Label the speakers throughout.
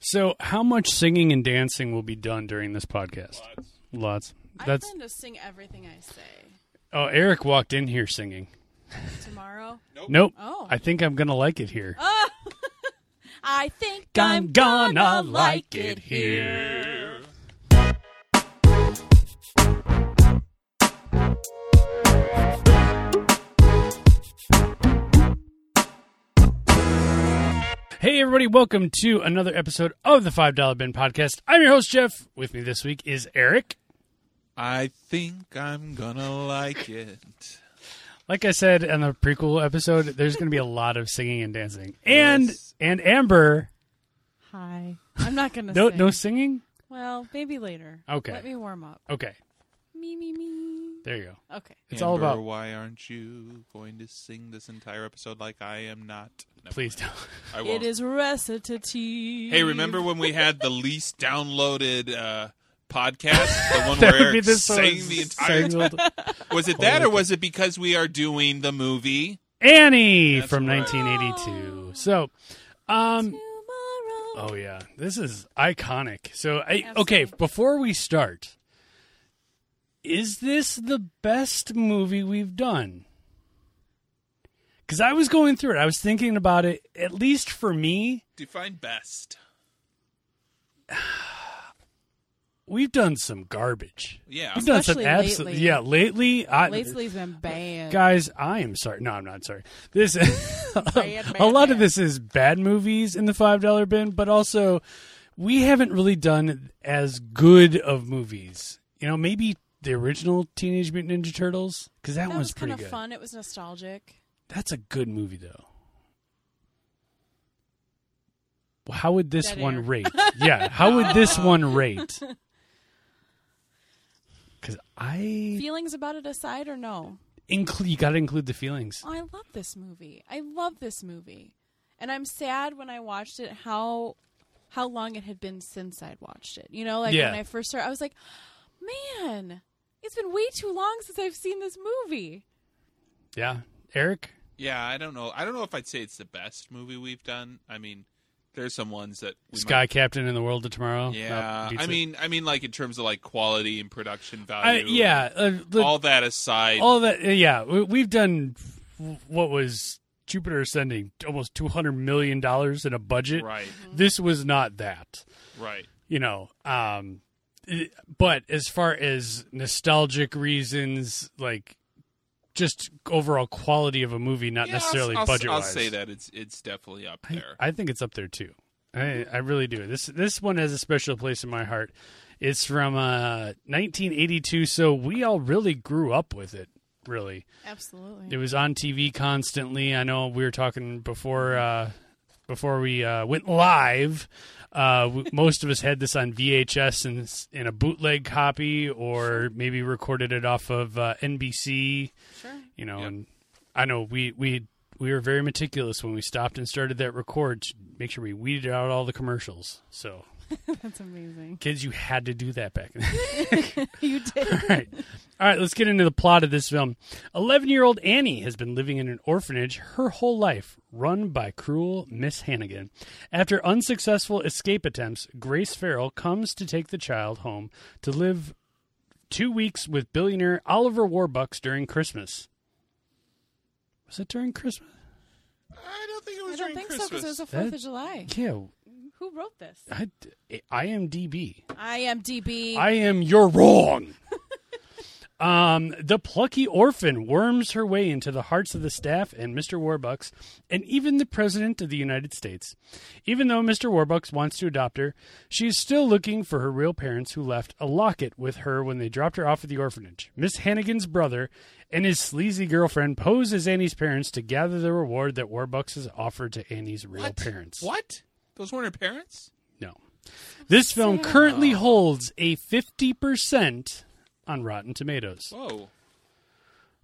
Speaker 1: So, how much singing and dancing will be done during this podcast? Lots.
Speaker 2: I
Speaker 1: That's
Speaker 2: plan to sing everything I say
Speaker 1: oh, Eric walked in here singing.
Speaker 2: tomorrow.
Speaker 1: Nope.
Speaker 2: Oh.
Speaker 1: I think I'm gonna like it here.
Speaker 2: I think
Speaker 1: I'm
Speaker 2: I'm
Speaker 1: gonna
Speaker 2: gonna,
Speaker 1: like
Speaker 2: like
Speaker 1: it
Speaker 2: it here.
Speaker 1: Hey, everybody! Welcome to another episode of the Five Dollar Bin Podcast. I'm your host Jeff. With me this week is Eric.
Speaker 3: I think I'm gonna like it.
Speaker 1: Like I said in the prequel episode, there's gonna be a lot of singing and dancing, and
Speaker 3: Yes.
Speaker 1: and Amber.
Speaker 2: Hi. I'm not gonna.
Speaker 1: No,
Speaker 2: sing.
Speaker 1: no singing.
Speaker 2: Well, maybe later.
Speaker 1: Okay.
Speaker 2: Let me warm up.
Speaker 1: Okay,
Speaker 2: Me me me.
Speaker 1: there you go.
Speaker 2: Okay.
Speaker 1: It's all
Speaker 3: Amber,
Speaker 1: about-
Speaker 3: why aren't you going to sing this entire episode like I am not? Never
Speaker 1: Please
Speaker 3: mind.
Speaker 1: don't.
Speaker 3: I won't.
Speaker 2: It is recitative.
Speaker 3: Hey, remember when we had the least downloaded uh, podcast? The one
Speaker 1: That
Speaker 3: where
Speaker 1: would be
Speaker 3: Eric
Speaker 1: this sort of
Speaker 3: sang the entire.
Speaker 1: singled-
Speaker 3: Was it that, or was it because we are doing the movie?
Speaker 1: Annie from
Speaker 3: right.
Speaker 1: 1982. So, um,
Speaker 2: Tomorrow.
Speaker 1: Oh yeah, this is iconic. So I,
Speaker 2: Absolutely.
Speaker 1: okay, before we start, is this the best movie we've done? Because I was going through it, I was thinking about it. At least for me,
Speaker 3: Define best.
Speaker 1: we've done some garbage.
Speaker 3: Yeah.
Speaker 1: We've done some
Speaker 2: Especially
Speaker 1: absolute.
Speaker 2: lately.
Speaker 1: Yeah, lately, I,
Speaker 2: Lately's been banned.
Speaker 1: guys, I am sorry. No, I'm not sorry. This
Speaker 2: Bad,
Speaker 1: a
Speaker 2: bad,
Speaker 1: lot of
Speaker 2: bad.
Speaker 1: this is bad movies in the five dollar bin, but also we haven't really done as good of movies. You know, maybe the original Teenage Mutant Ninja Turtles because that,
Speaker 2: That
Speaker 1: one's
Speaker 2: was
Speaker 1: pretty
Speaker 2: kind
Speaker 1: good.
Speaker 2: of fun. It was nostalgic.
Speaker 1: That's a good movie though. Well, How would this
Speaker 2: Dead
Speaker 1: one
Speaker 2: air.
Speaker 1: rate? Yeah, how would this one rate? Because I,
Speaker 2: Feelings about it aside, or no?
Speaker 1: include, you got to include the feelings.
Speaker 2: I love this movie. I love this movie. And I'm sad when I watched it how how long it had been since I'd watched it. You know, like
Speaker 1: Yeah.
Speaker 2: when I first started, I was like, man, it's been way too long since I've seen this movie.
Speaker 1: Yeah, Eric.
Speaker 3: Yeah, I don't know. I don't know if I'd say it's the best movie we've done. I mean, there's some ones that we
Speaker 1: Sky Captain in the World of Tomorrow.
Speaker 3: Might, yeah,
Speaker 1: Nope, beats
Speaker 3: I
Speaker 1: it.
Speaker 3: mean, I mean, like in terms of like quality and production
Speaker 1: I,
Speaker 3: value.
Speaker 1: yeah, uh, the- all,
Speaker 3: all that aside,
Speaker 1: that. uh, yeah, we, we've done f- what was Jupiter Ascending almost two hundred million dollars in a budget.
Speaker 3: right,
Speaker 1: This was not that.
Speaker 3: right.
Speaker 1: You know, um, it- but as far as nostalgic reasons, like just overall quality of a movie, not
Speaker 3: Yeah, I'll-
Speaker 1: necessarily
Speaker 3: I'll,
Speaker 1: budget.
Speaker 3: I'll say that it's it's definitely up
Speaker 1: I,
Speaker 3: there.
Speaker 1: I think it's up there too. I, I really do. This this one has a special place in my heart. It's from uh, 1982, so we all really grew up with it. Really,
Speaker 2: Absolutely.
Speaker 1: it was on TV constantly. I know we were talking before uh, before we uh, went live. Uh, w- most of us had this on VHS and s- in a bootleg copy, or maybe recorded it off of uh, NBC
Speaker 2: Sure.
Speaker 1: you know
Speaker 3: Yep.
Speaker 1: and i know we we we were very meticulous when we stopped and started that record to make sure we weeded out all the commercials so
Speaker 2: That's amazing.
Speaker 1: kids you had to do that back then
Speaker 2: You did.
Speaker 1: all right all right let's get into the plot of this film 11 year old annie has been living in an orphanage her whole life run by cruel miss hannigan after unsuccessful escape attempts grace farrell comes to take the child home to live two weeks with billionaire oliver warbucks during christmas was it during christmas
Speaker 3: I don't think it
Speaker 2: I
Speaker 3: was
Speaker 2: don't
Speaker 3: during
Speaker 2: think so
Speaker 3: Christmas.
Speaker 2: because it was the
Speaker 1: That-
Speaker 2: 4th of July.
Speaker 1: Yeah,
Speaker 2: Who wrote this?
Speaker 1: I, IMDb.
Speaker 2: I am DB.
Speaker 1: I am. You're wrong. um, the plucky orphan worms her way into the hearts of the staff and Mr. Warbucks, and even the president of the United States. Even though Mr. Warbucks wants to adopt her, she is still looking for her real parents who left a locket with her when they dropped her off at the orphanage. Miss Hannigan's brother and his sleazy girlfriend pose as Annie's parents to gather the reward that Warbucks has offered to Annie's real
Speaker 3: what?
Speaker 1: parents.
Speaker 3: What? Those weren't her parents.
Speaker 1: No. This film currently holds a 50% on Rotten Tomatoes.
Speaker 3: Whoa.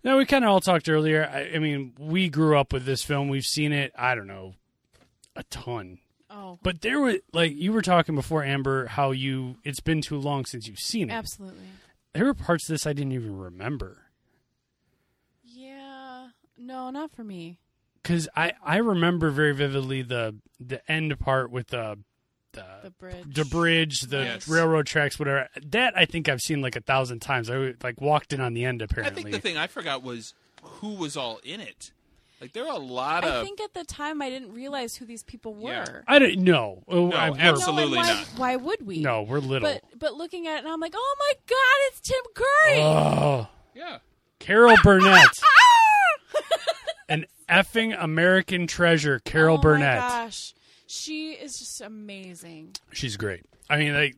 Speaker 1: Now, we kind of all talked earlier. I, I mean, we grew up with this film. We've seen it, I don't know, a ton.
Speaker 2: oh,
Speaker 1: But there was, like, you were talking before, Amber, how you, it's been too long since you've seen it.
Speaker 2: absolutely.
Speaker 1: There were parts of this I didn't even remember.
Speaker 2: Yeah. No, not for me.
Speaker 1: because I, I remember very vividly the the end part with the the,
Speaker 2: The bridge.
Speaker 1: the bridge, the
Speaker 3: Yes.
Speaker 1: railroad tracks, whatever. That I think I've seen like a thousand times. I like walked in on the end
Speaker 3: I
Speaker 1: apparently.
Speaker 3: think the thing I forgot was who was all in it. Like there are a lot
Speaker 2: I
Speaker 3: of
Speaker 2: think at the time I didn't realize who these people were.
Speaker 3: Yeah.
Speaker 1: I don't know. No,
Speaker 3: No,
Speaker 1: I,
Speaker 2: No,
Speaker 1: we're,
Speaker 3: abso- Absolutely
Speaker 2: and why,
Speaker 3: not.
Speaker 2: Why would we?
Speaker 1: no, we're little.
Speaker 2: But but looking at it, and I'm like, oh my god, it's Tim Curry.
Speaker 1: oh,
Speaker 3: yeah.
Speaker 1: Carol Burnett,
Speaker 2: Ah!
Speaker 1: an effing American treasure, Carol
Speaker 2: oh
Speaker 1: Burnett.
Speaker 2: My gosh, she is just amazing.
Speaker 1: She's great. I mean, like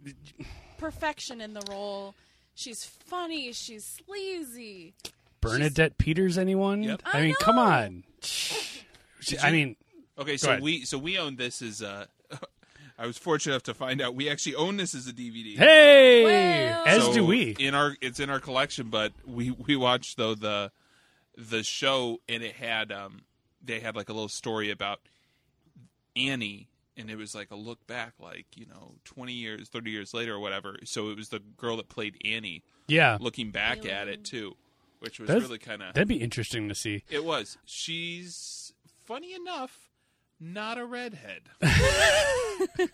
Speaker 2: Perfection in the role. She's funny. She's sleazy.
Speaker 1: Bernadette Peters. Anyone?
Speaker 3: Yep.
Speaker 1: I
Speaker 2: I
Speaker 1: mean, come
Speaker 2: know.
Speaker 1: on. She- I mean,
Speaker 3: Okay, so
Speaker 1: ahead.
Speaker 3: we so we own this as uh I was fortunate enough to find out we actually own this as a DVD.
Speaker 1: hey,
Speaker 2: Well-
Speaker 1: as
Speaker 3: So
Speaker 1: do we.
Speaker 3: In our it's in our collection, but we we watched though the the show and it had um they had like a little story about Annie and it was like a look back like, you know, 20 years, 30 years later or whatever. So it was the girl that played Annie
Speaker 1: Yeah,
Speaker 3: looking back at it too, which was
Speaker 1: That's-
Speaker 3: really kind of
Speaker 1: that'd be interesting to see.
Speaker 3: it was. She's funny enough, not a redhead.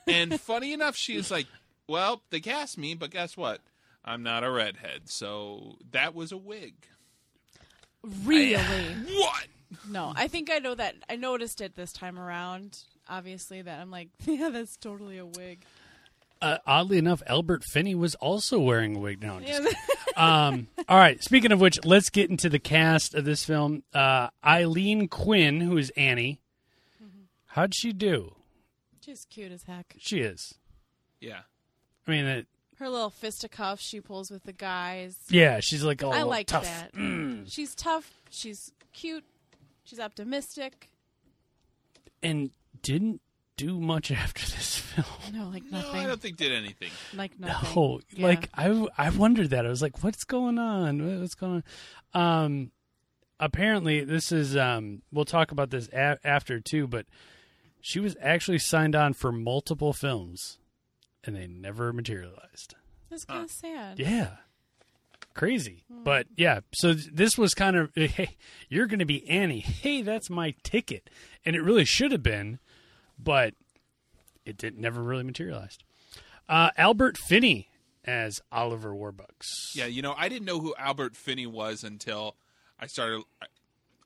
Speaker 3: and funny enough, she is like, well, they cast me, but guess what? I'm not a redhead. So that was a wig.
Speaker 2: Really?
Speaker 1: uh,
Speaker 3: What?
Speaker 2: no, I think I know that. I noticed it this time around. Obviously, that I'm like, yeah, that's totally a wig.
Speaker 1: Uh, oddly enough, Albert Finney was also wearing a wig. Now,
Speaker 2: Yeah.
Speaker 1: um, all right. Speaking of which, let's get into the cast of this film. Uh, Eileen Quinn, who is Annie.
Speaker 2: Mm-hmm.
Speaker 1: How'd she do?
Speaker 2: She's cute as heck.
Speaker 1: She is.
Speaker 3: Yeah.
Speaker 1: I mean, it,
Speaker 2: Her little fisticuff she pulls with the guys.
Speaker 1: yeah, she's like all
Speaker 2: I like
Speaker 1: Oh, tough.
Speaker 2: that. She's tough. She's cute. She's optimistic.
Speaker 1: and didn't do much after this film.
Speaker 2: No, like
Speaker 3: No,
Speaker 2: nothing.
Speaker 3: I don't think did anything.
Speaker 2: like nothing.
Speaker 1: No,
Speaker 2: Yeah.
Speaker 1: like uh, I, I wondered that. I was like, what's going on? What- What's going on? Um, apparently, this is. Um, we'll talk about this a- after too, but she was actually signed on for multiple films, and they never materialized.
Speaker 2: that's kind of sad.
Speaker 1: Yeah. Crazy. But yeah, so th- this was kind of hey, you're going to be Annie. Hey, that's my ticket. And it really should have been, but it didn't never really materialized. Uh, Albert Finney as Oliver Warbucks.
Speaker 3: Yeah, you know, I didn't know who Albert Finney was until I started. I-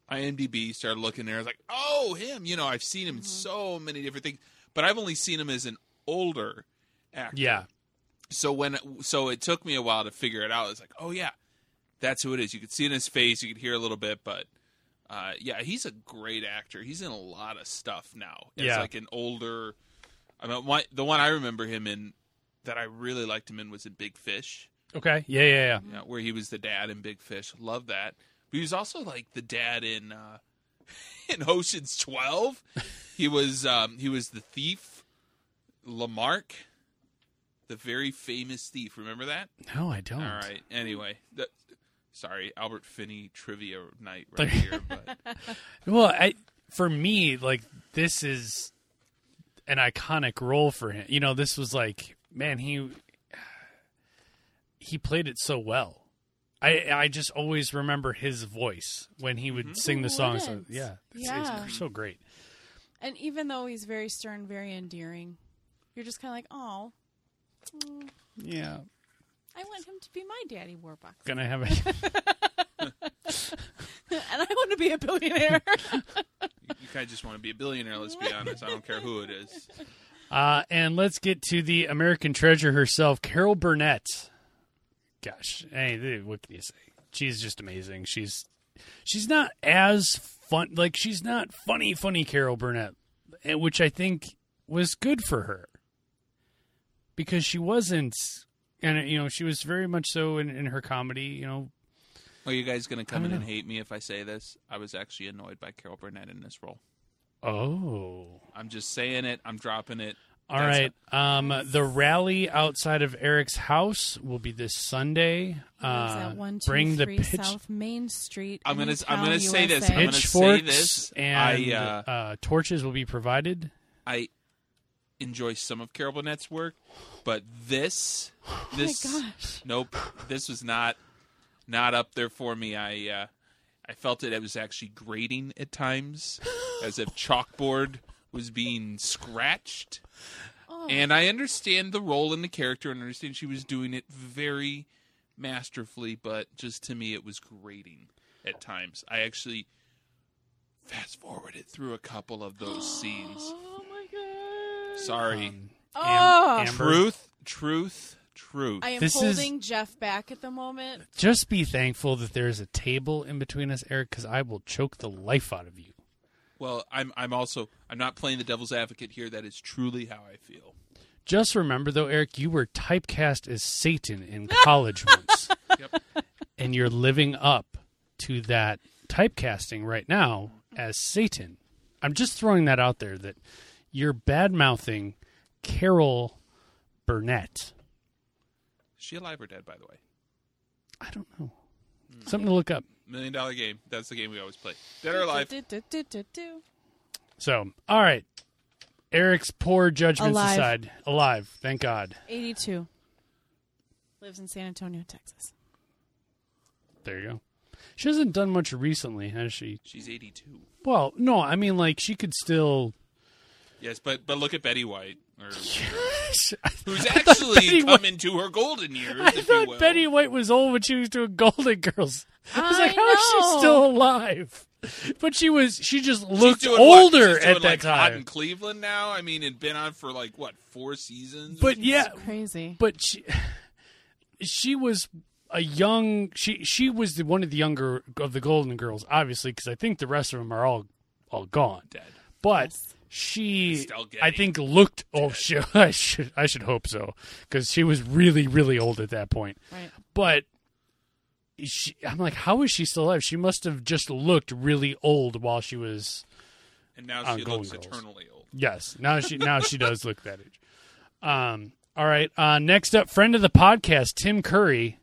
Speaker 3: IMDb started looking there. I was like, "Oh, him!" You know, I've seen him in so many different things, but I've only seen him as an older actor.
Speaker 1: Yeah.
Speaker 3: so when so it took me a while to figure it out. It's like, oh yeah, that's who it is. You could see it in his face, you could hear a little bit, but uh, yeah, he's a great actor. He's in a lot of stuff now. It's
Speaker 1: Yeah.
Speaker 3: like an older. I mean, my, the one I remember him in that I really liked him in was in Big Fish,
Speaker 1: Okay. Yeah, yeah, yeah.
Speaker 3: you know, where he was the dad in Big Fish. Love that. But he was also like the dad in uh, in Ocean's Twelve. he was um, he was the thief, Lamarck, the very famous thief. Remember that?
Speaker 1: No, I don't.
Speaker 3: All right. Anyway, that, sorry, Albert Finney trivia night right here. But
Speaker 1: Well, I for me like this is an iconic role for him. You know, this was like man, he he played it so well. I I just always remember his voice when he would sing the
Speaker 2: Who
Speaker 1: songs. So,
Speaker 2: wouldn't?
Speaker 1: yeah, it's,
Speaker 2: Yeah.
Speaker 1: it's so great.
Speaker 2: And even though he's very stern, very endearing, you're just kind of like, oh,
Speaker 1: Yeah,
Speaker 2: I want him to be my daddy, Warbucks,
Speaker 1: gonna have a
Speaker 2: and I want to be a billionaire.
Speaker 3: you kind of just want to be a billionaire. Let's be honest. I don't care who it is.
Speaker 1: uh, and let's get to the American treasure herself, Carol Burnett. Gosh, hey, th- what can you say? She's just amazing. She's she's not as fun like she's not funny funny carol burnett eh, which i think was good for her because she wasn't and eh, you know she was very much so in, in her comedy you know
Speaker 3: Are you guys going to
Speaker 1: I
Speaker 3: come
Speaker 1: don't
Speaker 3: in and
Speaker 1: know.
Speaker 3: hate me if I say this? I was actually annoyed by Carol Burnett in this role.
Speaker 1: oh
Speaker 3: I'm just saying it. I'm dropping it.
Speaker 1: all
Speaker 3: That's
Speaker 1: right um the rally outside of eric's house will be this sunday uh
Speaker 2: that one, two,
Speaker 1: bring the
Speaker 2: three
Speaker 1: pitch
Speaker 2: South Main Street.
Speaker 3: I'm gonna-
Speaker 2: Allentown,
Speaker 3: I'm gonna say this.
Speaker 2: USA.
Speaker 3: I'm gonna say
Speaker 1: pitchforks
Speaker 3: this.
Speaker 1: and
Speaker 3: I, uh,
Speaker 1: uh, torches will be provided
Speaker 3: I enjoy some of Carol Burnett's work, but this, this,
Speaker 2: oh my gosh.
Speaker 3: nope, this was not not up there for me. I uh, I felt it. It was actually grating at times, as if chalkboard was being scratched.
Speaker 2: Oh, Oh.
Speaker 3: And I understand the role and the character and understand she was doing it very masterfully, but just to me it was grating at times. I actually fast forwarded through a couple of those scenes.
Speaker 2: Oh my god.
Speaker 3: Sorry.
Speaker 1: Um,
Speaker 2: Oh.
Speaker 1: Am- Amber,
Speaker 3: truth, truth, truth.
Speaker 2: I am
Speaker 1: This is-
Speaker 2: holding Jeff back at the moment.
Speaker 1: Just be thankful that there is a table in between us, Eric, because I will choke the life out of you.
Speaker 3: well, I'm I'm also I'm not playing the devil's advocate here. That is truly how I feel.
Speaker 1: Just remember, though, Eric, you were typecast as Satan in college once.
Speaker 3: Yep.
Speaker 1: And you're living up to that typecasting right now as Satan. I'm just throwing that out there that you're bad mouthing Carol Burnett.
Speaker 3: Is she alive or dead, by the way?
Speaker 1: I don't know. Something to look up.
Speaker 3: Million dollar game. That's the game we always play. Dead or alive.
Speaker 2: Du-du-du-du-du.
Speaker 1: So, all right. Eric's poor judgments
Speaker 2: Alive.
Speaker 1: aside, alive. Thank God.
Speaker 2: 82. Lives in San Antonio, Texas.
Speaker 1: There you go. She hasn't done much recently, has she?
Speaker 3: She's 82.
Speaker 1: Well, no, I mean, like, she could still.
Speaker 3: Yes, but but look at Betty White, or, who's
Speaker 1: I thought
Speaker 3: actually
Speaker 1: Betty
Speaker 3: come into her golden years.
Speaker 1: I
Speaker 3: if you
Speaker 1: thought
Speaker 3: will.
Speaker 1: Betty White was old when she was doing Golden Girls. I was
Speaker 2: I
Speaker 1: like, how is she
Speaker 2: know.
Speaker 1: still alive? But she was. She just
Speaker 3: She's
Speaker 1: looked
Speaker 3: doing what?
Speaker 1: older
Speaker 3: She's doing,
Speaker 1: at that
Speaker 3: like, Hot in
Speaker 1: time.
Speaker 3: Cleveland now. I mean, it'd been on for like what four seasons.
Speaker 1: But yeah,
Speaker 2: Crazy.
Speaker 1: but she, she was a young. She she was the, one of the younger of the Golden Girls, obviously, because I think the rest of them are all all gone.
Speaker 3: dead.
Speaker 1: but
Speaker 2: Yes.
Speaker 1: she
Speaker 3: Estelle Getty.
Speaker 1: i think looked oh shit i should i should hope so because she was really really old at that point
Speaker 2: right.
Speaker 1: but she, i'm like how is she still alive she must have just looked really old while she was
Speaker 3: And now
Speaker 1: On
Speaker 3: she
Speaker 1: Golden
Speaker 3: looks
Speaker 1: Girls.
Speaker 3: eternally old.
Speaker 1: yes now she now she does look that age um all right uh next up friend of the podcast tim curry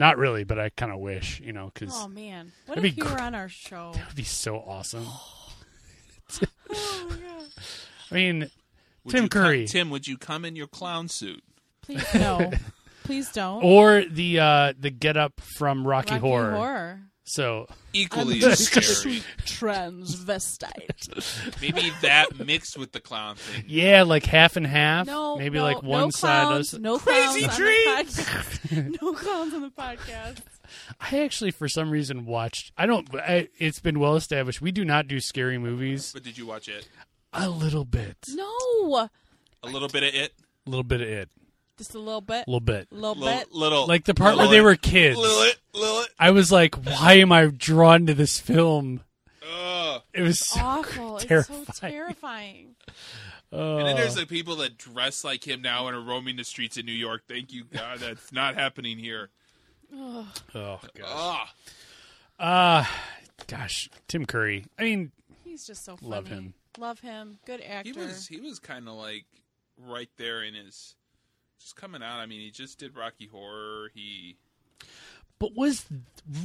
Speaker 1: not really but i kind of wish you know because
Speaker 2: Oh man. What
Speaker 1: That'd
Speaker 2: if
Speaker 1: be
Speaker 2: you
Speaker 1: gr-
Speaker 2: were on our show?
Speaker 1: it'd be so awesome
Speaker 2: Oh my god.
Speaker 1: i mean
Speaker 3: Would
Speaker 1: Tim
Speaker 3: you come-
Speaker 1: Curry.
Speaker 3: Tim, would you come in your clown suit?
Speaker 2: Please no. Please don't.
Speaker 1: or the uh the get up from rocky,
Speaker 2: Rocky
Speaker 1: horror.
Speaker 2: horror.
Speaker 1: so
Speaker 3: Equally
Speaker 2: I'm
Speaker 3: as scary.
Speaker 2: transvestite.
Speaker 3: Maybe that mixed with the clown thing.
Speaker 1: Yeah, like half and half.
Speaker 2: No,
Speaker 1: maybe
Speaker 2: no,
Speaker 1: like one
Speaker 2: no
Speaker 1: side.
Speaker 2: Clowns,
Speaker 1: does-
Speaker 2: no
Speaker 3: Crazy
Speaker 2: clowns
Speaker 3: dreams.
Speaker 2: On the podcast. no clowns on the podcast.
Speaker 1: I actually, for some reason, watched. I don't. I, it's been well established. We do not do scary movies.
Speaker 3: But did you watch it?
Speaker 1: A little bit,
Speaker 2: No,
Speaker 3: A little bit of it.
Speaker 1: a little bit of it,
Speaker 2: just a little bit.
Speaker 1: a little bit,
Speaker 2: A little
Speaker 3: Little,
Speaker 2: bit.
Speaker 3: little
Speaker 1: like the part where
Speaker 3: little
Speaker 1: they
Speaker 3: it.
Speaker 1: were kids.
Speaker 3: Little it, little it.
Speaker 1: I was like, why am I drawn to this film?
Speaker 3: Ugh.
Speaker 1: It was so
Speaker 2: Awful. It's so
Speaker 1: terrifying.
Speaker 2: terrifying.
Speaker 3: And then there's the people that dress like him now and are roaming the streets in New York. Thank you, God, that's not happening here.
Speaker 1: oh gosh.
Speaker 3: Ah,
Speaker 1: Uh, gosh, Tim Curry. I mean,
Speaker 2: He's just so funny.
Speaker 1: Love him.
Speaker 2: Love him. Good actor.
Speaker 3: he was he was kind of like right there in his just coming out. I mean, he just did Rocky Horror. He
Speaker 1: but was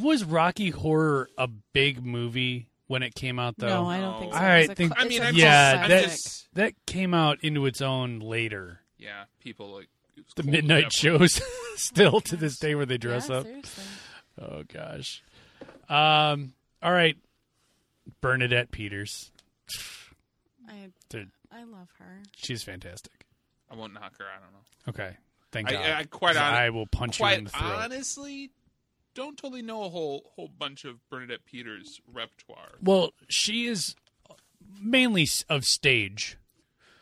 Speaker 1: was Rocky Horror a big movie when it came out? Though
Speaker 2: no, I don't think so.
Speaker 1: All right,
Speaker 2: It's a
Speaker 1: think-
Speaker 2: cl-
Speaker 3: I mean,
Speaker 2: it's a
Speaker 3: I'm
Speaker 1: yeah,
Speaker 2: classic.
Speaker 3: just,
Speaker 1: that-
Speaker 3: I'm just
Speaker 1: that came out into its own later.
Speaker 3: yeah. People like it was
Speaker 1: the
Speaker 3: cold
Speaker 1: midnight
Speaker 3: at that point.
Speaker 1: shows still to this day where they dress
Speaker 2: yeah,
Speaker 1: up.
Speaker 2: Seriously.
Speaker 1: Oh gosh. Um. All right, Bernadette Peters.
Speaker 2: I
Speaker 1: Dude,
Speaker 2: I love her.
Speaker 1: She's fantastic.
Speaker 3: I won't knock her. I don't know.
Speaker 1: Okay. Thank
Speaker 3: I-
Speaker 1: God.
Speaker 3: I- I quite
Speaker 1: 'Cause
Speaker 3: hon-
Speaker 1: I will punch you in
Speaker 3: Quite
Speaker 1: the throat.
Speaker 3: honestly, don't totally know a whole whole bunch of Bernadette Peters repertoire.
Speaker 1: Well, she is mainly s- of stage.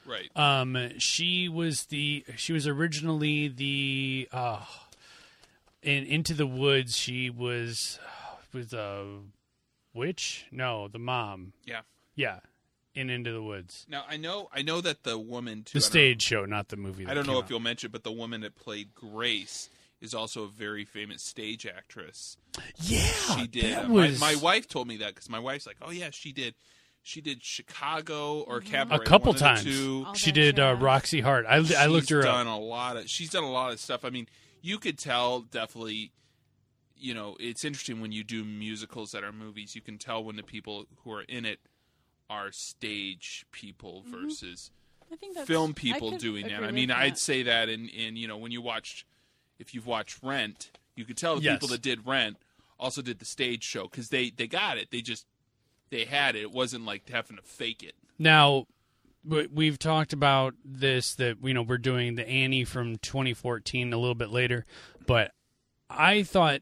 Speaker 3: Right.
Speaker 1: Um, she was the she was originally the uh, in Into the Woods. She was was a witch. No, the mom.
Speaker 3: yeah.
Speaker 1: Yeah, in Into the Woods. It's
Speaker 3: Now I know I know that the woman too,
Speaker 1: The
Speaker 3: I don't-
Speaker 1: stage show, not the movie.
Speaker 3: I don't know if
Speaker 1: you
Speaker 3: you'll mention, but the woman that played Grace is also a very famous stage actress.
Speaker 1: Yeah,
Speaker 3: She did.
Speaker 1: That
Speaker 3: uh,
Speaker 1: was
Speaker 3: my, my wife told me that because my wife's like, "Oh yeah, she did. She did Chicago or Cabaret
Speaker 1: a couple
Speaker 3: one of the
Speaker 1: times.
Speaker 3: two.
Speaker 2: All
Speaker 1: She
Speaker 2: that
Speaker 1: did
Speaker 2: shit,
Speaker 1: uh,
Speaker 2: huh?
Speaker 1: Roxy Hart. I, I looked
Speaker 3: She's
Speaker 1: her
Speaker 3: done
Speaker 1: up.
Speaker 3: a lot of. She's done a lot of stuff. I mean, you could tell definitely. You know, it's interesting when you do musicals that are movies. You can tell when the people who are in it are stage people versus
Speaker 2: I think Mm-hmm. that's,
Speaker 3: film
Speaker 2: I
Speaker 3: people
Speaker 2: could
Speaker 3: doing that.
Speaker 2: agree
Speaker 3: I
Speaker 2: with
Speaker 3: mean,
Speaker 2: that.
Speaker 3: I'd say that in in you know when you watched, if you've watched Rent, you could tell the
Speaker 1: Yes.
Speaker 3: people that did Rent also did the stage show because they they got it. They just they had it. It wasn't like having to fake it.
Speaker 1: Now, we- we've talked about this that you know we're doing the Annie from 2014 a little bit later, but I thought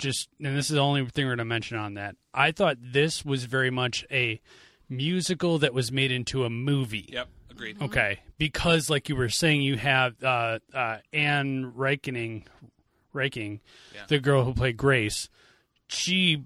Speaker 1: just and this is the only thing we're going to mention on that. I thought this was very much a musical that was made into a movie.
Speaker 3: Yep, agreed.
Speaker 1: Okay, because like you were saying, you have uh, uh, Anne Reiking, Reiking,
Speaker 3: Yeah.
Speaker 1: the girl who played Grace. She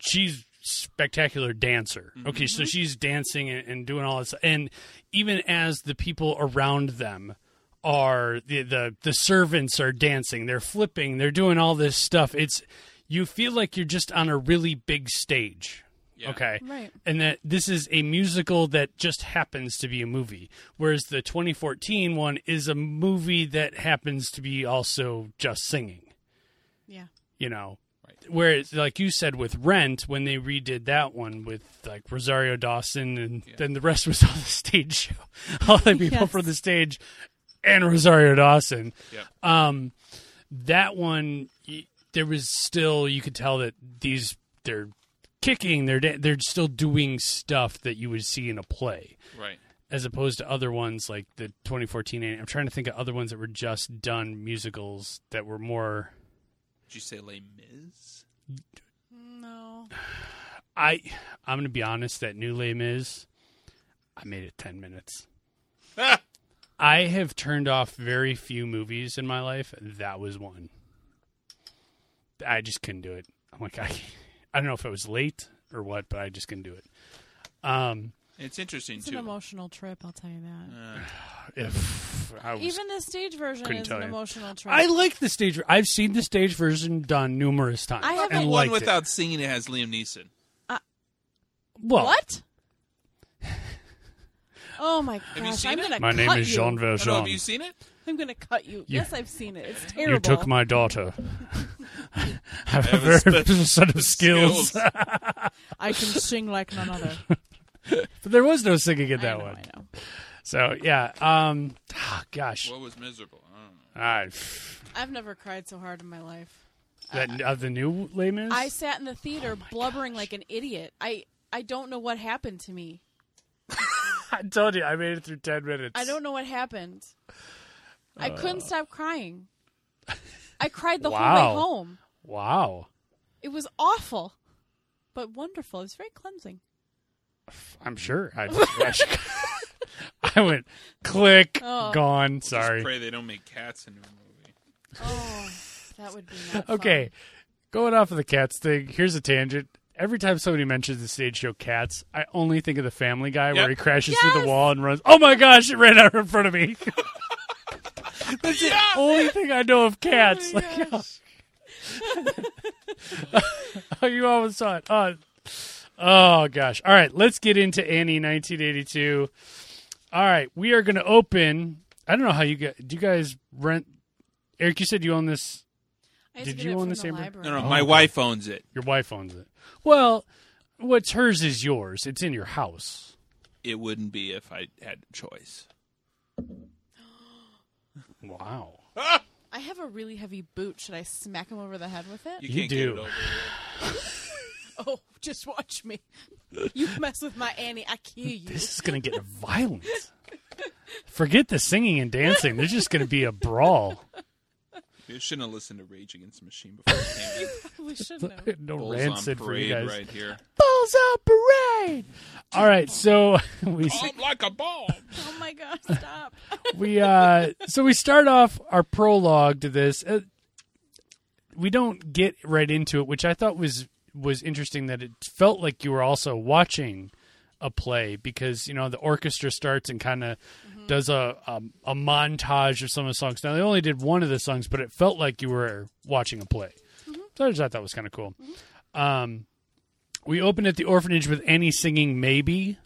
Speaker 1: she's spectacular dancer.
Speaker 3: Mm-hmm.
Speaker 1: Okay, so she's dancing and, and doing all this, and even as the people around them are the, the the servants are dancing, they're flipping, they're doing all this stuff. It's you feel like you're just on a really big stage.
Speaker 3: Yeah.
Speaker 1: Okay
Speaker 2: Right.
Speaker 1: and that this is a musical that just happens to be a movie whereas the 2014 one is a movie that happens to be also just singing
Speaker 2: Yeah.
Speaker 1: you know
Speaker 3: Right.
Speaker 1: whereas like you said with rent when they redid that one with like rosario dawson and then the rest was all the stage show all the people
Speaker 2: Yes.
Speaker 1: from the stage and rosario dawson
Speaker 3: Yep.
Speaker 1: um, that one, y- there was still you could tell that these they're kicking, they're da- they're still doing stuff that you would see in a play,
Speaker 3: Right.
Speaker 1: as opposed to other ones like the 2014. and- I'm trying to think of other ones that were just done musicals that were more.
Speaker 3: Did you say Les Mis?
Speaker 2: No.
Speaker 1: I I'm gonna be honest. That new lame is, I made it ten minutes.
Speaker 3: Ah!
Speaker 1: I have turned off very few movies in my life. That was one. I just couldn't do it. I'm like, I, I don't know if it was late or what, but I just couldn't do it. Um,
Speaker 3: It's interesting
Speaker 2: It's an
Speaker 3: too.
Speaker 2: emotional trip, I'll tell you that.
Speaker 3: Uh,
Speaker 1: if I was,
Speaker 2: Even the stage version
Speaker 1: couldn't
Speaker 2: is
Speaker 1: tell
Speaker 2: an
Speaker 1: you.
Speaker 2: emotional trip.
Speaker 1: I like the stage. ver- I've seen the stage version done numerous times.
Speaker 2: I
Speaker 3: how
Speaker 2: haven't-
Speaker 3: about
Speaker 1: and
Speaker 3: one
Speaker 1: liked
Speaker 3: without
Speaker 1: It.
Speaker 3: singing it has Liam Neeson?
Speaker 1: Well,
Speaker 2: what? oh my
Speaker 3: you
Speaker 2: gosh!
Speaker 3: seen
Speaker 2: I'm
Speaker 3: it?
Speaker 2: gonna
Speaker 1: My name
Speaker 2: cut
Speaker 1: is
Speaker 2: you.
Speaker 1: Jean
Speaker 3: I don't know, have
Speaker 1: Valjean.
Speaker 3: you seen it?
Speaker 2: I'm gonna cut you. Yes, I've seen it. It's terrible.
Speaker 1: You took my daughter. I have
Speaker 3: I
Speaker 1: a
Speaker 3: have a
Speaker 1: very
Speaker 3: special
Speaker 1: set of skills.
Speaker 2: I can sing like none other.
Speaker 1: But there was no singing in
Speaker 2: I
Speaker 1: that
Speaker 2: know,
Speaker 1: one.
Speaker 2: I know.
Speaker 1: So yeah. Um. ah, gosh.
Speaker 3: what was miserable? I don't know.
Speaker 1: I.
Speaker 2: I've never cried so hard in my life.
Speaker 1: That, of the new Les Mis?
Speaker 2: uh, I sat in the
Speaker 1: Oh
Speaker 2: theater blubbering like an idiot. I I don't know what happened to me.
Speaker 1: I told you I made it through ten minutes.
Speaker 2: I don't know what happened. I
Speaker 1: Uh.
Speaker 2: couldn't stop crying. I cried the whole
Speaker 1: Wow.
Speaker 2: way home.
Speaker 1: Wow.
Speaker 2: It was awful, but wonderful. It was very cleansing.
Speaker 1: I'm sure. I, I, should- I went click
Speaker 2: Oh.
Speaker 1: gone.
Speaker 3: Just
Speaker 1: Sorry.
Speaker 3: pray they don't make cats into a movie.
Speaker 2: Oh, that would be not fun. Oh
Speaker 1: Okay. Going off of the cats thing. Here's a tangent. Every time somebody mentions the stage show Cats, I only think of the Family Guy where
Speaker 3: Yep.
Speaker 1: he crashes through
Speaker 2: Yes!
Speaker 1: the wall and runs. Oh my gosh! It ran out in front of me. That's Oh.
Speaker 3: Yeah!
Speaker 1: the only thing I know of Cats. Like, Oh, you almost saw it. Oh. oh, gosh. All right, let's get into Annie 1982. All right, we are going to open. I don't know how you guys do. You guys rent? Eric, you said you own this.
Speaker 2: I used
Speaker 1: Did
Speaker 2: to get
Speaker 1: you
Speaker 2: it
Speaker 1: own
Speaker 2: from
Speaker 1: the same room?
Speaker 2: library.
Speaker 3: No, no, my
Speaker 1: okay.
Speaker 3: wife owns it.
Speaker 1: Your wife owns it. Well, what's hers is yours. It's in your house.
Speaker 3: It wouldn't be if I had a choice.
Speaker 1: Wow.
Speaker 2: I have a really heavy boot. Should I smack him over the head with it?
Speaker 3: You,
Speaker 1: You
Speaker 3: can't get
Speaker 1: do.
Speaker 3: it over. with.
Speaker 2: Oh, just watch me. You mess with my Annie, I kill you.
Speaker 1: This is going to get violent. Forget the singing and dancing. There's just going to be a brawl.
Speaker 3: You shouldn't have listened to Rage Against the Machine before. it came out.
Speaker 2: We shouldn't have.
Speaker 1: No
Speaker 3: Bulls
Speaker 1: rancid
Speaker 3: on
Speaker 1: for you
Speaker 3: parade
Speaker 1: guys.
Speaker 3: right here.
Speaker 1: Bulls on parade. All right, so we
Speaker 3: Bomb like a bomb.
Speaker 2: Oh my god, stop.
Speaker 1: we uh so we start off our prologue to this uh, we don't get right into it which i thought was was interesting that it felt like you were also watching a play because you know the orchestra starts and kind of does a, a a montage of some of the songs now they only did one of the songs but it felt like you were watching a play so i just thought that was kind of cool um we opened at the orphanage with Annie singing "Maybe,"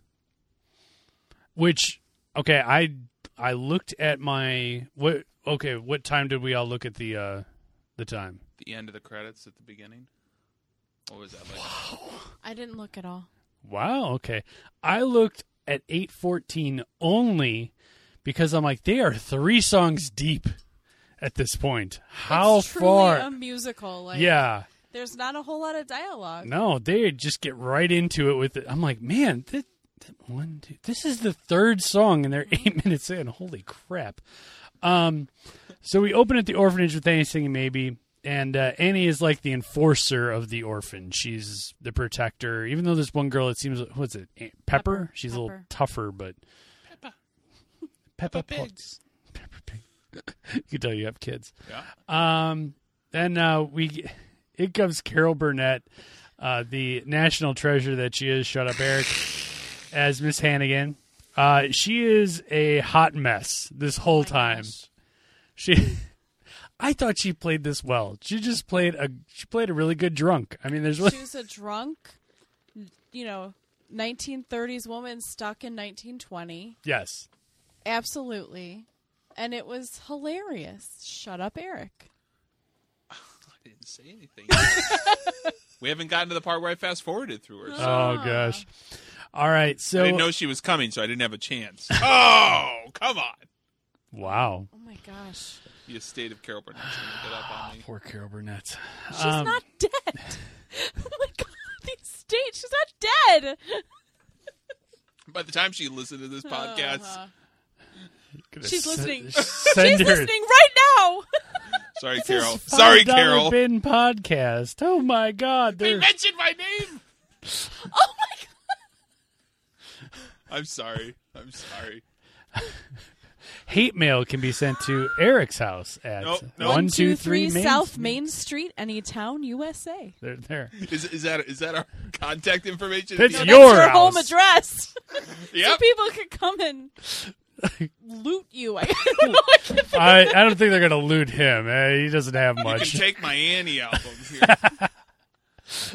Speaker 1: which okay, I I looked at my what okay, what time did we all look at the uh the time?
Speaker 3: The end of the credits at the beginning. What was that like?
Speaker 2: I didn't look at all.
Speaker 1: Wow, okay. I looked at 8:14 only because I'm like they are 3 songs deep at this point. How
Speaker 2: it's truly
Speaker 1: far?
Speaker 2: a musical. Like,
Speaker 1: yeah.
Speaker 2: There's not a whole lot of dialogue.
Speaker 1: No, they just get right into it with it. I'm like, man, th- one, two. This is the third song, and they're eight minutes in. Holy crap! Um, so we open at the orphanage with Annie singing "Maybe," and uh, Annie is like the enforcer of the orphan. She's the protector. Even though this one girl, it seems, what's it, Aunt Pepper?
Speaker 2: Pepper,
Speaker 1: She's a little
Speaker 2: Pepper.
Speaker 1: tougher, but
Speaker 3: Peppa.
Speaker 1: Peppa,
Speaker 3: Peppa
Speaker 1: Pig.
Speaker 3: Pigs.
Speaker 1: Peppa Pig. you can tell you have kids.
Speaker 3: Yeah.
Speaker 1: Um, then uh, we, it comes Carol Burnett, uh, the national treasure that she is. Shut up, Eric, as Miss Hannigan. Uh, she is a hot mess this whole time. She, I thought she played this well. She just played a she played a really good drunk. I mean, there's really,
Speaker 2: She was a drunk, you know, 1930s woman stuck in 1920.
Speaker 1: yes,
Speaker 2: Absolutely. And it was hilarious. Shut up, Eric.
Speaker 3: I didn't say anything. we haven't gotten to the part where I fast forwarded through her. So
Speaker 1: oh gosh. All right,
Speaker 3: I
Speaker 1: so
Speaker 3: didn't know she was coming, so I didn't have a chance. oh, come on.
Speaker 1: wow,
Speaker 2: Oh my gosh.
Speaker 3: The estate of Carol Burnett's gonna get up on me.
Speaker 1: poor Carol Burnett.
Speaker 2: She's
Speaker 1: Um,
Speaker 2: not dead. oh my god, the state. She's not dead.
Speaker 3: By the time she listened to this podcast,
Speaker 2: Uh-huh.
Speaker 1: gonna
Speaker 2: She's
Speaker 1: sen-
Speaker 2: listening.
Speaker 1: Send
Speaker 2: She's
Speaker 1: her.
Speaker 2: listening right now.
Speaker 3: sorry,
Speaker 1: This
Speaker 3: Carol.
Speaker 1: $5
Speaker 3: Sorry, Carol.
Speaker 1: Bin podcast. Oh my God,
Speaker 3: They
Speaker 1: they're
Speaker 3: mentioned my name.
Speaker 2: oh my god.
Speaker 3: I'm sorry. I'm sorry.
Speaker 1: hate mail can be sent to Eric's house at
Speaker 3: Nope, nope.
Speaker 1: one two three Main-
Speaker 2: South Main Street, Anytown, USA.
Speaker 1: They're there.
Speaker 3: Is, is that is that our contact information?
Speaker 1: That's
Speaker 3: Yeah.
Speaker 1: your-
Speaker 2: That's your
Speaker 1: house.
Speaker 2: home address.
Speaker 3: Yep.
Speaker 2: People could come and loot you. I don't know. I can't think-
Speaker 1: I, I don't think they're gonna loot him. Eh, he doesn't have
Speaker 3: You can
Speaker 1: much.
Speaker 3: take my Annie album here.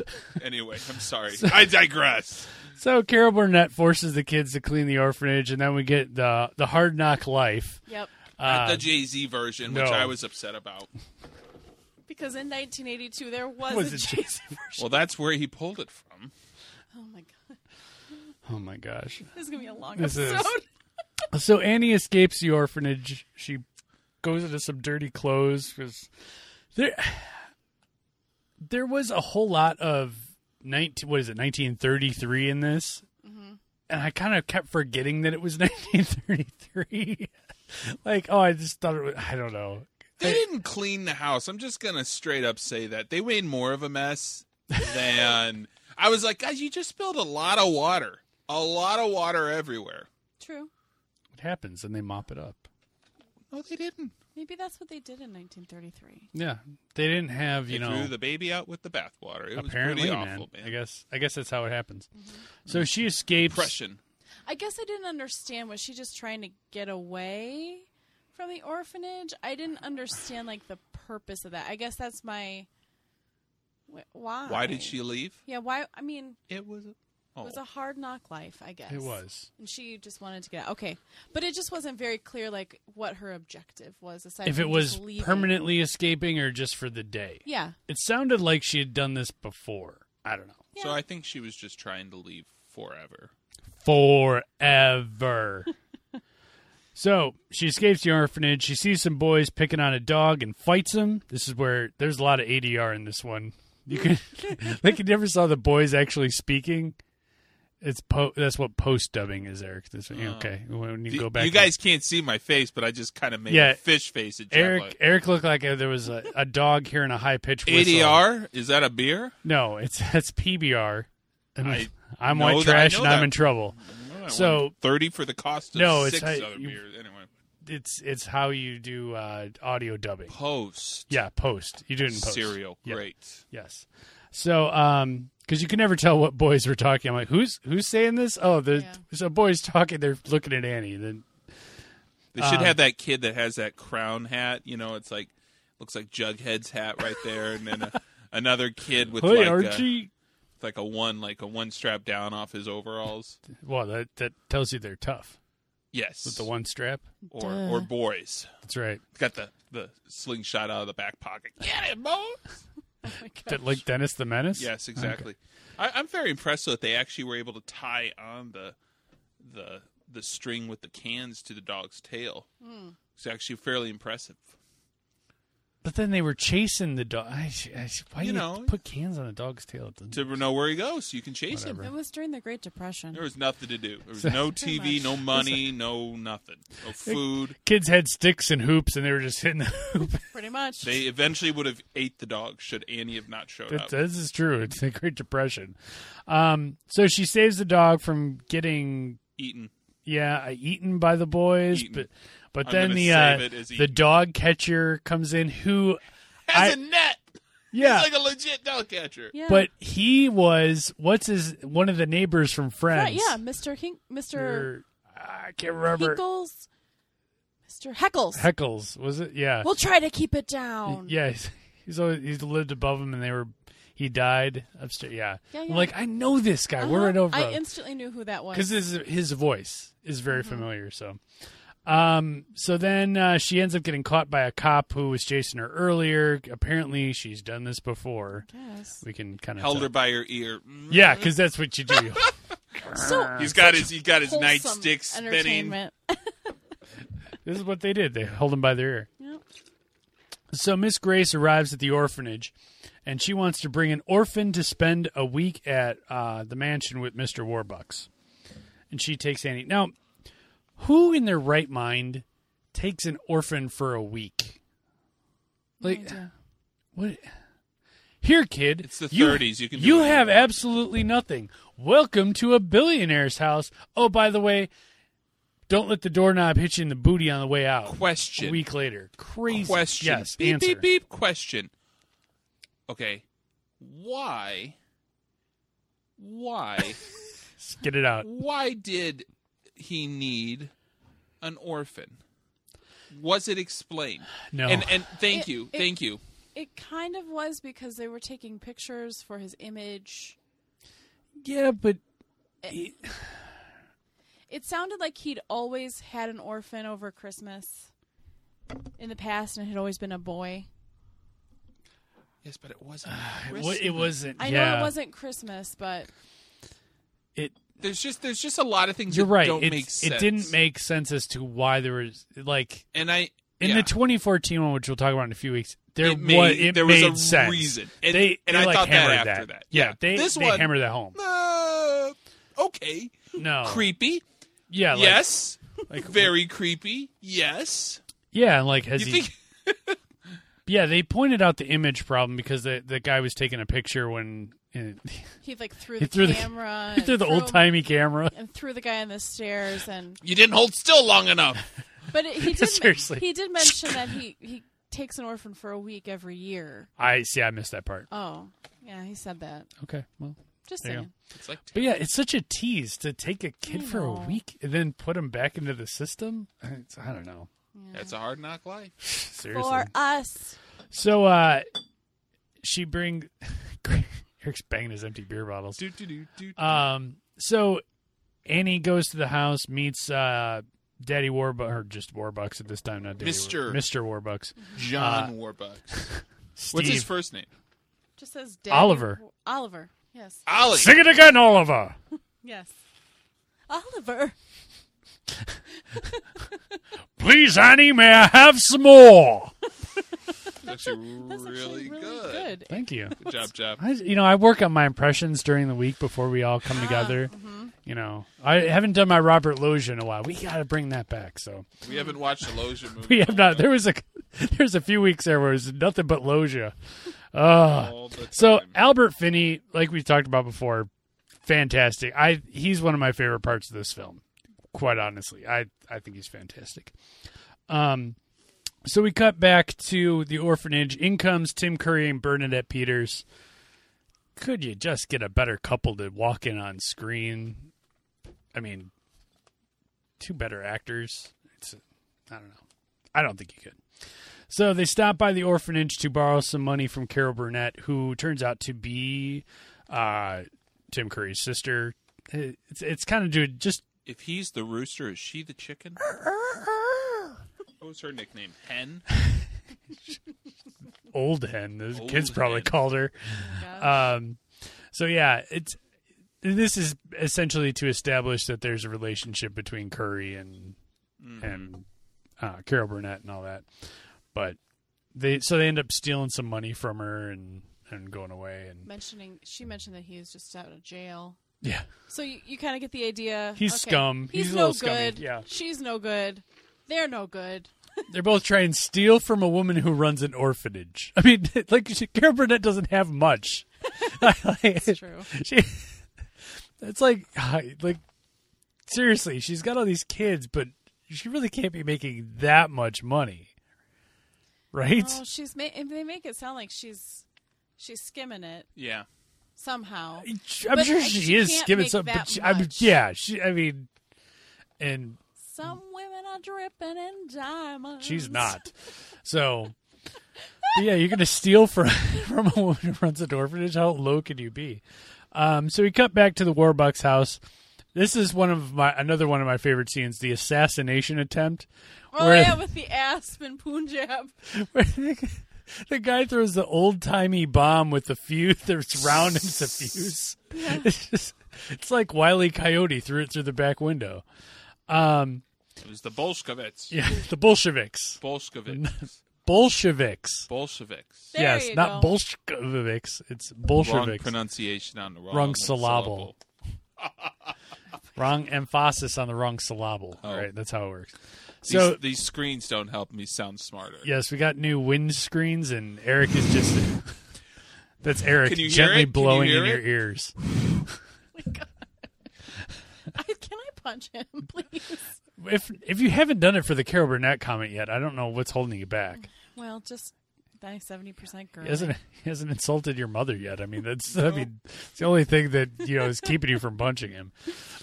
Speaker 3: anyway, I'm sorry. I digress.
Speaker 1: So Carol Burnett forces the kids to clean the orphanage, and then we get the the hard knock life.
Speaker 2: yep.
Speaker 3: Not
Speaker 1: Uh,
Speaker 3: the Jay Z version,
Speaker 1: no.
Speaker 3: which I was upset about.
Speaker 2: Because in 1982 there was,
Speaker 1: Was
Speaker 2: a
Speaker 1: it-
Speaker 2: Jason version.
Speaker 3: Well, that's where he pulled it from.
Speaker 2: Oh my god,
Speaker 1: oh my gosh!
Speaker 2: this is gonna be a long
Speaker 1: This is-
Speaker 2: episode.
Speaker 1: So Annie escapes the orphanage. She goes into some dirty clothes because there there was a whole lot of nineteen what is it nineteen thirty three in this, and I kind of kept forgetting that it was nineteen thirty three. like oh, I just thought it was I don't know.
Speaker 3: They didn't clean the house. I'm just gonna straight up say that they made more of a mess than I was like, guys. You just spilled a lot of water, a lot of water everywhere.
Speaker 2: True.
Speaker 1: It happens, and they mop it up.
Speaker 3: No, they didn't.
Speaker 2: Maybe that's what they did in 1933.
Speaker 1: Yeah, they didn't have
Speaker 3: They
Speaker 1: you know
Speaker 3: threw the baby out with the bathwater. It
Speaker 1: apparently
Speaker 3: was pretty
Speaker 1: man.
Speaker 3: awful, man.
Speaker 1: I guess I guess that's how it happens. So she escapes.
Speaker 3: Depression.
Speaker 2: I guess I didn't understand. Was she just trying to get away from the orphanage? I didn't understand like the purpose of that. I guess that's my wh- why.
Speaker 3: Why did she leave?
Speaker 2: Yeah. Why? I mean,
Speaker 3: It was. A, oh,
Speaker 2: it Oh. was a hard knock life. I guess
Speaker 1: It was.
Speaker 2: And she just wanted to get out. Okay, but it just wasn't very clear, like what her objective was. Aside
Speaker 1: If
Speaker 2: from
Speaker 1: it was
Speaker 2: just leaving.
Speaker 1: permanently escaping or just for the day,
Speaker 2: yeah,
Speaker 1: it sounded like she had done this before. I don't know.
Speaker 2: yeah.
Speaker 3: So I think she was just trying to leave forever.
Speaker 1: Forever. so she escapes the orphanage. She sees some boys picking on a dog and fights them. This is where there's a lot of ADR in this one. You can like you never saw the boys actually speaking. It's po- that's what post dubbing is, Eric. This okay. When you
Speaker 3: Oh. The-
Speaker 1: go back,
Speaker 3: you guys can't see my face, but I just kind of made
Speaker 1: Yeah.
Speaker 3: a fish face at Jeff.
Speaker 1: Eric
Speaker 3: like,
Speaker 1: Eric looked like uh there was a, a dog hearing a high pitched whistle.
Speaker 3: ADR? Is that a beer?
Speaker 1: No, it's that's PBR. And
Speaker 3: I
Speaker 1: I'm
Speaker 3: know
Speaker 1: white
Speaker 3: that- I
Speaker 1: trash
Speaker 3: know
Speaker 1: and I'm
Speaker 3: that.
Speaker 1: in trouble. So-
Speaker 3: thirty for the cost of
Speaker 1: No, it's
Speaker 3: six
Speaker 1: how
Speaker 3: other
Speaker 1: you-
Speaker 3: beers. Anyway,
Speaker 1: It's it's how you do uh, audio dubbing.
Speaker 3: post.
Speaker 1: Yeah, post. You do it in post.
Speaker 3: cereal.
Speaker 1: Yeah.
Speaker 3: Great.
Speaker 1: Yes. So, um, because you can never tell what boys were talking. I'm like, who's who's saying this? Oh, there's
Speaker 2: Yeah.
Speaker 1: there's a boy's talking. They're looking at Annie. Then
Speaker 3: They
Speaker 1: Um,
Speaker 3: should have that kid that has that crown hat. You know, it's like looks like Jughead's hat right there, and then a, another kid with
Speaker 1: hey,
Speaker 3: like a,
Speaker 1: Archie.
Speaker 3: like a one like a one strap down off his overalls.
Speaker 1: Well, that that tells you they're tough
Speaker 3: Yes,
Speaker 1: with the one strap.
Speaker 3: or
Speaker 2: Duh.
Speaker 3: or boys.
Speaker 1: That's right.
Speaker 3: It's got the the slingshot out of the back pocket. Get it, boys.
Speaker 2: Oh my gosh.
Speaker 1: That like Dennis the Menace.
Speaker 3: Yes, exactly. I, I'm very impressed that they actually were able to tie on the the the string with the cans to the dog's tail. It's actually fairly impressive.
Speaker 1: But then they were chasing the dog. I, I, why
Speaker 3: You
Speaker 1: do
Speaker 3: know.
Speaker 1: you put cans on a dog's tail? It doesn't-
Speaker 3: to know where he goes. So you can chase him.
Speaker 2: It was during the Great Depression.
Speaker 3: There was nothing to do. There was no
Speaker 2: Pretty
Speaker 3: TV,
Speaker 2: much.
Speaker 3: no money, no nothing, no food.
Speaker 1: Kids had sticks and hoops, and they were just hitting the hoop.
Speaker 2: Pretty much.
Speaker 3: They eventually would have ate the dog should Annie have not showed
Speaker 1: That-
Speaker 3: up.
Speaker 1: this is true. It's the Great Depression. Um, so she saves the dog from getting
Speaker 3: Eaten.
Speaker 1: yeah eaten by the boys,
Speaker 3: Eaten.
Speaker 1: but but
Speaker 3: I'm
Speaker 1: then
Speaker 3: gonna
Speaker 1: the
Speaker 3: save
Speaker 1: uh,
Speaker 3: it as
Speaker 1: the
Speaker 3: eaten.
Speaker 1: dog catcher comes in who
Speaker 3: Has
Speaker 1: I-
Speaker 3: a net.
Speaker 1: yeah
Speaker 3: He's like a legit dog catcher.
Speaker 2: yeah.
Speaker 1: but he was what's his one of the neighbors from
Speaker 2: Right,
Speaker 1: Friends
Speaker 2: yeah, Mr. Hink, Mr.
Speaker 1: Or- I can't remember
Speaker 2: Hinkles, Mr. Heckles.
Speaker 1: Heckles was it yeah
Speaker 2: We'll try to keep it down.
Speaker 1: yeah he's, he's always he's lived above him and they were he died upstairs yeah,
Speaker 2: Yeah,
Speaker 1: I'm
Speaker 2: yeah.
Speaker 1: like I know this guy
Speaker 2: Uh-huh.
Speaker 1: we're right over
Speaker 2: I
Speaker 1: him.
Speaker 2: instantly knew who that was.
Speaker 1: because his his voice is very familiar. So, um, so then uh, she ends up getting caught by a cop who was chasing her earlier. Apparently, she's done this before.
Speaker 2: Yes.
Speaker 1: We can kind of
Speaker 3: Held her by her ear. Mm.
Speaker 1: Yeah, because that's what you do.
Speaker 2: So
Speaker 3: He's got his he got his
Speaker 2: wholesome
Speaker 3: nightstick spinning.
Speaker 2: entertainment.
Speaker 1: this is what they did. They held him by the ear.
Speaker 2: Yep.
Speaker 1: So Miss Grace arrives at the orphanage, and she wants to bring an orphan to spend a week at uh, the mansion with Mister Warbucks, and she takes Annie. Now, who in their right mind takes an orphan for a week? Like, what? Here, kid.
Speaker 3: It's the
Speaker 1: you-
Speaker 3: 30s. You can do
Speaker 1: You
Speaker 3: whatever
Speaker 1: have
Speaker 3: you want.
Speaker 1: absolutely nothing. Welcome to a billionaire's house. Oh, by the way, don't let the doorknob hit you in the booty on the way out. A
Speaker 3: Question.
Speaker 1: week later. Crazy.
Speaker 3: Question.
Speaker 1: Yes.
Speaker 3: beep,
Speaker 1: answer.
Speaker 3: beep beep question. Okay. Why why
Speaker 1: Get it out.
Speaker 3: why did he need an orphan? Was it explained?
Speaker 1: No.
Speaker 3: And and thank
Speaker 2: It-
Speaker 3: you.
Speaker 2: it-
Speaker 3: thank you.
Speaker 2: It kind of was because they were taking pictures for his image.
Speaker 1: yeah, but
Speaker 2: It sounded like he'd always had an orphan over Christmas in the past, and it had always been a boy.
Speaker 3: Yes, but it wasn't.
Speaker 1: wa- Uh, it wasn't.
Speaker 2: I
Speaker 1: yeah.
Speaker 2: know it wasn't Christmas, but
Speaker 1: It,
Speaker 3: There's just there's just a lot of things
Speaker 1: you're
Speaker 3: that
Speaker 1: right.
Speaker 3: don't
Speaker 1: It's-
Speaker 3: make sense.
Speaker 1: It didn't make sense as to why there was like
Speaker 3: and I
Speaker 1: in
Speaker 3: yeah.
Speaker 1: the 2014 one, which we'll talk about in a few weeks. There wa-
Speaker 3: It made-
Speaker 1: it
Speaker 3: there was a
Speaker 1: made sense.
Speaker 3: reason. And-
Speaker 1: they
Speaker 3: and
Speaker 1: they,
Speaker 3: I
Speaker 1: like,
Speaker 3: thought that
Speaker 1: hammered
Speaker 3: after that.
Speaker 1: Yeah,
Speaker 3: Yeah.
Speaker 1: they
Speaker 3: This
Speaker 1: they
Speaker 3: one-
Speaker 1: hammered that home.
Speaker 3: Uh, okay,
Speaker 1: No,
Speaker 3: creepy.
Speaker 1: Yeah, Oh. like,
Speaker 3: yes, very creepy. Yes,
Speaker 1: Yeah, and like has
Speaker 3: you
Speaker 1: he?
Speaker 3: think
Speaker 1: Yeah, they pointed out the image problem because the the guy was taking a picture when and
Speaker 2: he like threw
Speaker 1: He
Speaker 2: the
Speaker 1: threw the-
Speaker 2: camera,
Speaker 1: through the
Speaker 2: and threw
Speaker 1: old
Speaker 2: him-
Speaker 1: timey camera.
Speaker 2: and threw the guy on the stairs, and
Speaker 3: you didn't hold still long enough?
Speaker 2: But it, he did.
Speaker 1: Seriously.
Speaker 2: he did mention that he he takes an orphan for a week every year.
Speaker 1: I see. I missed that part.
Speaker 2: Oh, yeah, he said that.
Speaker 1: Okay, well,
Speaker 2: Just
Speaker 1: There you
Speaker 2: saying.
Speaker 3: It's like
Speaker 1: but yeah, it's such a tease to take a kid
Speaker 2: I
Speaker 1: for a
Speaker 2: know.
Speaker 1: week and then put him back into the system. It's- I don't know.
Speaker 3: that's a hard knock life.
Speaker 1: Seriously.
Speaker 2: For us,
Speaker 1: So uh, she bring Eric's banging his empty beer bottles.
Speaker 3: Do, do, do, do.
Speaker 1: Um, so Annie goes to the house, meets uh, Daddy Warbucks, or just Warbucks at this time, not Daddy
Speaker 3: Mr..
Speaker 1: Mister Warbucks.
Speaker 3: John Warbucks.
Speaker 1: Uh, Steve.
Speaker 3: What's his first name?
Speaker 2: just says Daddy
Speaker 1: Oliver.
Speaker 2: Oliver. Yes.
Speaker 3: Ollie.
Speaker 1: Sing it again, Oliver.
Speaker 2: Yes. Oliver.
Speaker 1: Please, Annie, may I have some more?
Speaker 3: It's actually
Speaker 2: That's actually
Speaker 3: really,
Speaker 2: really
Speaker 3: good.
Speaker 2: good.
Speaker 1: Thank you.
Speaker 3: Good job, job.
Speaker 1: I, you know, I work on my impressions during the week before we all come together. You know, I haven't done my Robert Loja in a while. We got to bring that back. So
Speaker 3: We haven't watched the Loja movie.
Speaker 1: we have not. There was a there was a few weeks there where it was nothing but Loja.
Speaker 3: all the
Speaker 1: So
Speaker 3: time.
Speaker 1: Albert Finney, like we talked about before, fantastic. I he's one of my favorite parts of this film. Quite honestly, I I think he's fantastic. Um, so we cut back to the orphanage. In comes Tim Curry and Bernadette Peters. Could you just get a better couple to walk in on screen? I mean, two better actors. It's I don't know. I don't think you could. So they stop by the orphanage to borrow some money from Carol Burnett, who turns out to be uh, Tim Curry's sister. It's, it's kind of dude, just
Speaker 3: if he's the rooster, is she the chicken? what was her nickname? Hen.
Speaker 1: old hen. The
Speaker 3: Old
Speaker 1: kids probably
Speaker 3: hen.
Speaker 1: called her. Um, so yeah, it's this is essentially to establish that there's a relationship between
Speaker 3: Mm-hmm.
Speaker 1: Curry and and uh, Carol Burnett and all that. But They so they end up stealing some money from her and and going away and
Speaker 2: mentioning she mentioned that he was just out of jail.
Speaker 1: yeah.
Speaker 2: So you, you kind of get the idea.
Speaker 1: He's
Speaker 2: okay,
Speaker 1: scum.
Speaker 2: He's,
Speaker 1: He's a
Speaker 2: no
Speaker 1: little scummy,
Speaker 2: good.
Speaker 1: yeah.
Speaker 2: She's no good. They're no good.
Speaker 1: They're both trying to steal from a woman who runs an orphanage. I mean, like she, Carol Burnett doesn't have much. That's
Speaker 2: true.
Speaker 1: She, it's like, like seriously, she's got all these kids, but she really can't be making that much money, right?
Speaker 2: Oh, she's ma- and they make it sound like she's she's skimming it
Speaker 3: Yeah.
Speaker 2: somehow.
Speaker 1: I'm
Speaker 2: But
Speaker 1: sure
Speaker 2: I-
Speaker 1: she,
Speaker 2: she
Speaker 1: is
Speaker 2: can't
Speaker 1: giving
Speaker 2: make
Speaker 1: some, but
Speaker 2: that
Speaker 1: she, I mean,
Speaker 2: much.
Speaker 1: yeah, she. I mean, and
Speaker 2: Some women are dripping in diamonds.
Speaker 1: She's not. So, but yeah, you're gonna steal from from a woman who runs an orphanage. How low can you be? Um, so we cut back to the Warbucks house. This is one of my another one of my favorite scenes: the assassination attempt.
Speaker 2: Oh
Speaker 1: where-
Speaker 2: yeah, with the asp and Punjab.
Speaker 1: where the, the guy throws the old timey bomb with the fuse. There's round and the fuse. It's just, it's like Wiley Coyote threw it through the back window. Um,
Speaker 3: It was the Bolsheviks.
Speaker 1: yeah, the Bolsheviks.
Speaker 3: Bolsheviks.
Speaker 1: Bolsheviks.
Speaker 3: Bolsheviks.
Speaker 2: There
Speaker 1: yes,
Speaker 2: you
Speaker 1: not
Speaker 2: go.
Speaker 1: Bolsheviks. It's
Speaker 3: Wrong
Speaker 1: Bolsheviks. Wrong,
Speaker 3: pronunciation on the wrong,
Speaker 1: syllable. emphasis on the wrong syllable. All right, that's how it works. So
Speaker 3: So Oh. these, these screens don't help me sound smarter.
Speaker 1: yes, we got new wind screens, and Eric is just that's Eric
Speaker 3: Can you hear
Speaker 1: gently
Speaker 3: it? Can you
Speaker 1: blowing
Speaker 3: hear
Speaker 1: in your
Speaker 3: it?
Speaker 1: ears.
Speaker 2: My God. I, can I punch him, please?
Speaker 1: If if you haven't done it for the Carol Burnett comment yet, I don't know what's holding you back.
Speaker 2: Well, just die seventy percent girl.
Speaker 1: He hasn't he hasn't insulted your mother yet. I mean that's I mean it's the only thing that you know is keeping you from punching him.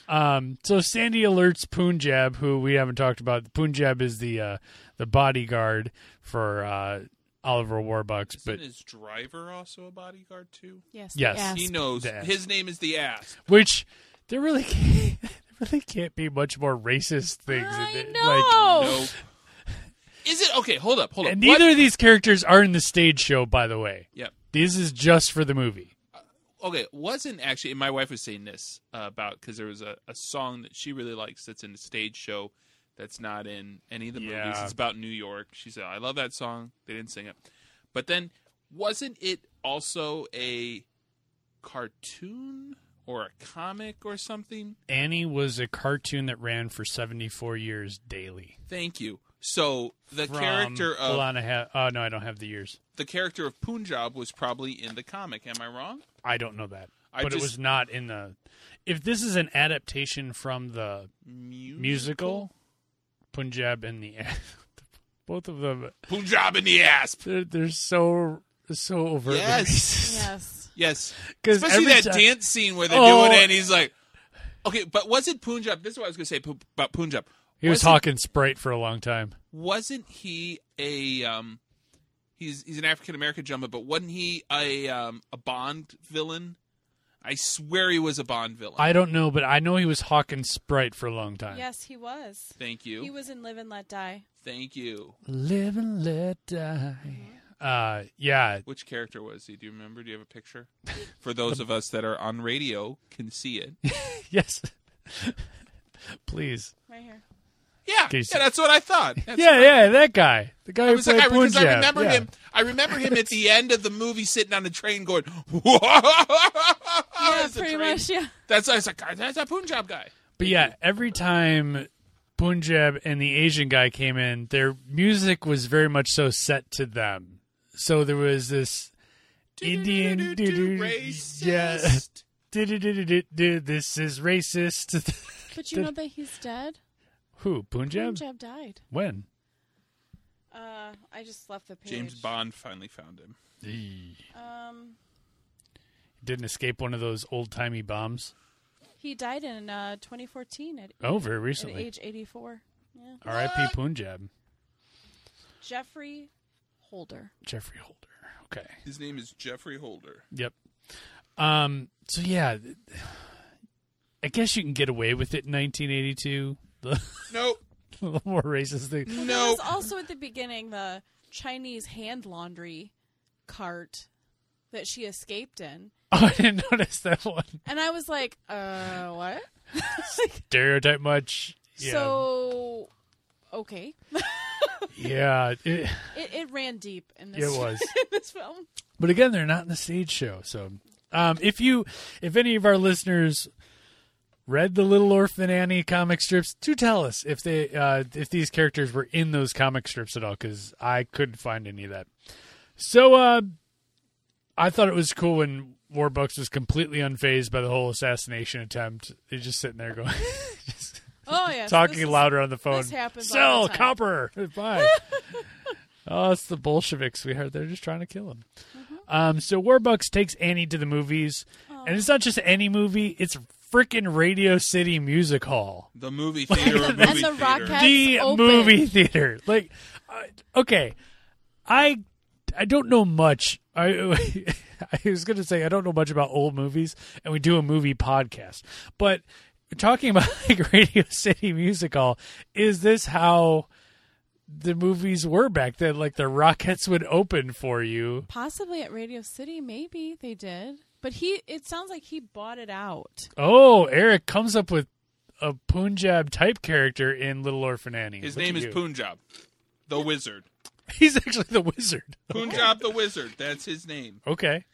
Speaker 1: Um, so Sandy alerts Punjab, who we haven't talked about. Punjab is the uh, the bodyguard for uh, Oliver Warbucks,
Speaker 3: Isn't
Speaker 1: but
Speaker 3: his driver also a bodyguard too?
Speaker 2: Yes.
Speaker 1: Yes.
Speaker 2: Yes.
Speaker 3: He knows
Speaker 1: The ass.
Speaker 3: his name is the ass.
Speaker 1: which there really can't, there really can't be much more racist things. in
Speaker 2: I
Speaker 1: it.
Speaker 2: know.
Speaker 3: No. Is it okay? Hold up, hold
Speaker 1: Like,
Speaker 3: up.
Speaker 1: and neither
Speaker 3: What?
Speaker 1: of these characters are in the stage show, by the way.
Speaker 3: Yep.
Speaker 1: This is just for the movie.
Speaker 3: okay, wasn't actually, and my wife was saying this uh, about because there was a, a song that she really likes that's in a stage show that's not in any of the movies.
Speaker 1: Yeah.
Speaker 3: It's about New York. She said, I love that song. They didn't sing it. But then, wasn't it also a cartoon or a comic or something?
Speaker 1: Annie was a cartoon that ran for 74 years daily.
Speaker 3: Thank you. So the
Speaker 1: from-
Speaker 3: character of
Speaker 1: hold on, I have. Oh no, I don't have the years.
Speaker 3: the character of Punjab was probably in the comic. Am I wrong?
Speaker 1: I don't know that,
Speaker 3: I
Speaker 1: but it
Speaker 3: just-
Speaker 1: was not in the. If this is an adaptation from the
Speaker 3: Musical?
Speaker 1: musical, Punjab and the, both of them,
Speaker 3: Punjab in the asp.
Speaker 1: they're, they're so so overtly
Speaker 3: Yes.
Speaker 1: racist.
Speaker 2: Yes.
Speaker 3: Yes.
Speaker 1: 'Cause
Speaker 3: Especially
Speaker 1: every
Speaker 3: that
Speaker 1: ti-
Speaker 3: dance scene where they're
Speaker 1: Oh.
Speaker 3: doing it and he's like, okay, but was it Punjab? This is what I was going to say pu- about Punjab.
Speaker 1: He was
Speaker 3: Wasn't-
Speaker 1: hawking Sprite for a long time.
Speaker 3: Wasn't he a, um, he's, he's an African American gentleman, but wasn't he a, um, a Bond villain? I swear he was a Bond villain.
Speaker 1: I don't know, but I know he was hawking Sprite for a long time.
Speaker 2: Yes, he was.
Speaker 3: Thank you.
Speaker 2: He was in Live and Let Die.
Speaker 3: Thank you.
Speaker 1: Live and let die. Uh, yeah,
Speaker 3: Which character was he? Do you remember? Do you have a picture? For those of us that are on radio, can see it.
Speaker 1: yes. Please.
Speaker 2: Right here.
Speaker 3: Yeah,
Speaker 1: Can you
Speaker 3: yeah,
Speaker 1: see-
Speaker 3: that's what I thought. That's
Speaker 1: yeah, yeah, that guy. The guy
Speaker 3: I
Speaker 1: who
Speaker 3: was like,
Speaker 1: played
Speaker 3: I, because I
Speaker 1: Punjab,
Speaker 3: remember
Speaker 1: yeah.
Speaker 3: him. I remember him at the end of the movie, sitting on the train, going,
Speaker 2: Yeah,
Speaker 3: "Yeah,
Speaker 2: pretty much. Yeah.
Speaker 3: That's I was like, "God, that's that Punjab guy."
Speaker 1: But yeah, every time Punjab and the Asian guy came in, their music was very much so set to them. So there was this Indian
Speaker 3: Do-do-do-do-do,
Speaker 1: do-do- yeah.
Speaker 3: racist.
Speaker 1: "Du-du-du-du-du-du, this is racist.
Speaker 2: But you know that he's dead.
Speaker 1: Who? Punjab?
Speaker 2: Punjab died.
Speaker 1: When?
Speaker 2: Uh, I just left the page.
Speaker 3: James Bond finally found him.
Speaker 2: Um,
Speaker 1: Didn't escape one of those old timey bombs.
Speaker 2: he died in uh 2014 at,
Speaker 1: Oh, very
Speaker 2: at
Speaker 1: recently.
Speaker 2: age 84. Yeah.
Speaker 1: R.I.P. Punjab.
Speaker 2: Jeffrey Holder.
Speaker 1: Jeffrey Holder. Okay.
Speaker 3: His name is Jeffrey Holder.
Speaker 1: Yep. Um. So yeah, I guess you can get away with it in 1982. The,
Speaker 3: Nope,
Speaker 1: the more racist thing.
Speaker 2: There
Speaker 3: nope.
Speaker 2: was also at the beginning the Chinese hand laundry cart that she escaped in,
Speaker 1: Oh, I didn't notice that one.
Speaker 2: and I was like, uh, what? Like,
Speaker 1: Stereotype much. Yeah.
Speaker 2: So, okay.
Speaker 1: yeah, it,
Speaker 2: It, it ran deep in this.
Speaker 1: it was.
Speaker 2: in this film.
Speaker 1: But again, they're not in the stage show. So, um, if you, if any of our listeners read the Little Orphan Annie comic strips, do tell us if they, uh, if these characters were in those comic strips at all, because I couldn't find any of that. So, uh, I thought it was cool when Warbucks was completely unfazed by the whole assassination attempt. He's just sitting there going, just
Speaker 2: Oh yeah. so
Speaker 1: talking
Speaker 2: this is-
Speaker 1: louder on the phone.
Speaker 2: this happens all
Speaker 1: Sell
Speaker 2: the time."
Speaker 1: copper. Bye. oh, it's the Bolsheviks, we heard. They're just trying to kill him.
Speaker 2: Mm-hmm.
Speaker 1: Um, so Warbucks takes Annie to the movies, and it's not just any movie; it's freaking Radio City Music Hall,
Speaker 3: The movie theater or movie
Speaker 2: And the
Speaker 3: theater.
Speaker 2: Rockette- That's
Speaker 1: the
Speaker 2: open.
Speaker 1: movie theater. Like, uh, okay, I I don't know much. I I was gonna say I don't know much about old movies, and we do a movie podcast, but talking about like Radio City Music Hall, is this how? The movies were back then, like the Rockettes would open for you.
Speaker 2: Possibly at Radio City, maybe they did. But he, it sounds like he bought it out.
Speaker 1: Oh, Eric comes up with a Punjab type character in Little Orphan Annie.
Speaker 3: His
Speaker 1: Look
Speaker 3: name
Speaker 1: at
Speaker 3: is
Speaker 1: you.
Speaker 3: Punjab, the wizard.
Speaker 1: He's actually the wizard.
Speaker 3: Punjab the wizard. That's his name.
Speaker 1: Okay.